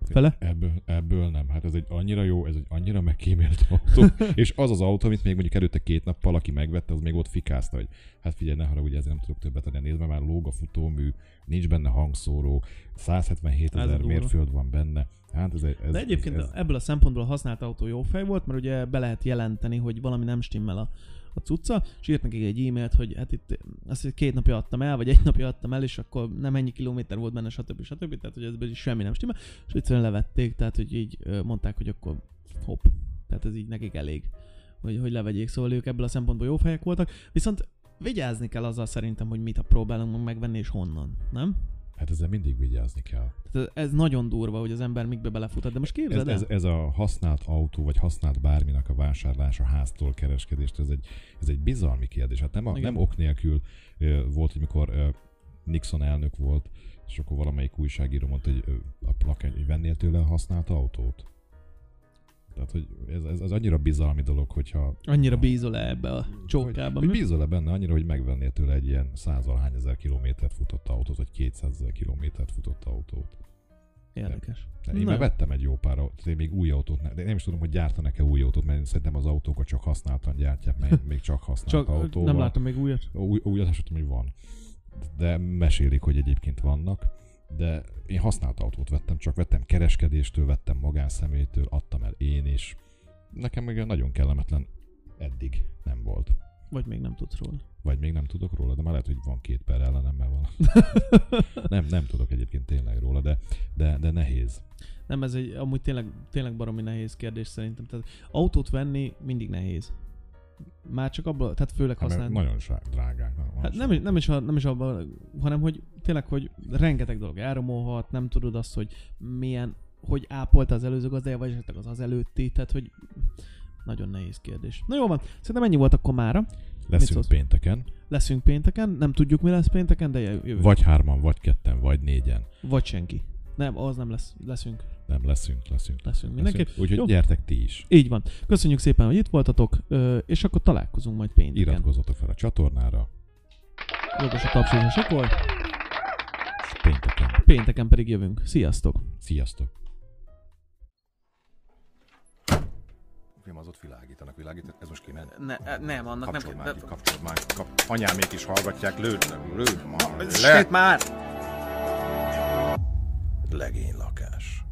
D: Fele?
C: Ebből, ebből nem. Hát ez egy annyira jó, ez egy annyira megkímélt autó. és az az autó, amit még mondjuk előtte két nappal, aki megvette, az még ott fikázta, hogy hát figyelj, ne haragudj, ezért nem tudok többet adni. Nézd, mert már lóg a futómű, nincs benne hangszóró, 177
D: Ez
C: ezer
D: durva.
C: mérföld van benne. Hát ez, egy- ez
D: De egyébként
C: ez,
D: ebből a szempontból a használt autó jó fej volt, mert ugye be lehet jelenteni, hogy valami nem stimmel a, a cucca, és írt nekik egy e-mailt, hogy hát itt azt hogy két napja adtam el, vagy egy napja adtam el, és akkor nem ennyi kilométer volt benne, stb. stb. Tehát, hogy ezből is semmi nem stimmel, és egyszerűen levették, tehát, hogy így ö, mondták, hogy akkor hopp, tehát ez így nekik elég, hogy, hogy levegyék, szóval ők ebből a szempontból jó fejek voltak, viszont vigyázni kell azzal szerintem, hogy mit próbálunk megvenni és honnan, nem?
C: hát ezzel mindig vigyázni kell.
D: Tehát ez, ez nagyon durva, hogy az ember mikbe belefut, Hát de most
C: Ez,
D: képzeld el.
C: ez, ez a használt autó, vagy használt bárminak a vásárlása, háztól kereskedést, ez egy, ez egy bizalmi kérdés. Hát nem, a,
D: Igen.
C: nem ok nélkül ö, volt, hogy mikor ö, Nixon elnök volt, és akkor valamelyik újságíró mondta, hogy ö, a plakány, hogy vennél tőle a használt autót. Tehát, hogy ez, ez, ez annyira bizalmi dolog, hogyha...
D: Annyira bízol -e ebbe a csókában?
C: Hogy, hogy bízol-e benne annyira, hogy megvennél tőle egy ilyen százalhány ezer kilométert futott autót, vagy 200 ezer kilométert futott autót.
D: Érdekes.
C: De én
D: Na
C: már
D: jó.
C: vettem egy jó pár autót, én még új autót, ne, de én nem is tudom, hogy gyártanak-e új autót, mert szerintem az autókat csak használtan gyártják, mert én még csak használt
D: Csak
C: autóval.
D: nem látom még újat.
C: Új, új azt sem tudom, hogy van. De mesélik, hogy egyébként vannak. De én használt autót vettem, csak vettem kereskedéstől, vettem magánszemélytől, adtam el én is. Nekem még nagyon kellemetlen eddig nem volt.
D: Vagy még nem tudsz róla.
C: Vagy még nem tudok róla, de már lehet, hogy van két per ellenem, mert van. nem, nem tudok egyébként tényleg róla, de, de, de nehéz.
D: Nem, ez egy amúgy tényleg, tényleg baromi nehéz kérdés szerintem. Tehát autót venni mindig nehéz. Már csak abból, tehát főleg
C: Hát, mert
D: használni.
C: nagyon sá- drágák. Nagyon
D: Hát
C: alacsonyak.
D: nem, is- nem, is, a- nem is abban, hanem hogy tényleg, hogy rengeteg dolog elromolhat, nem tudod azt, hogy milyen, hogy ápolta az előző gazdája, vagy esetleg az az előtti, tehát hogy nagyon nehéz kérdés. Na jó van, szerintem ennyi volt akkor mára. Mit
C: Leszünk
D: szólsz?
C: pénteken,
D: Leszünk pénteken, nem tudjuk mi lesz pénteken, de jövő.
C: vagy hárman, vagy ketten, vagy négyen.
D: Vagy senki. Nem, az nem lesz. Leszünk.
C: Nem, leszünk, leszünk.
D: Leszünk
C: leszünk.
D: mindenképp. Jó.
C: Úgyhogy gyertek ti is.
D: Így van. Köszönjük szépen, hogy itt voltatok, ö, és akkor találkozunk majd pénteken.
C: Iratkozzatok fel a csatornára.
D: Jogos a tapsolás, akkor.
C: Space
E: pénteken.
D: Pénteken pedig jövünk. Sziasztok!
E: Sziasztok!
C: Filmazot világítanak, világítanak, ez most kiment.
F: Ne, e, nem, annak
C: Kapcsolj
F: nem...
C: már ki, kapcsolj már ki, kap... Anyámék is hallgatják, lőd, le, lőd már
F: Sőt már!
C: Legény lakás.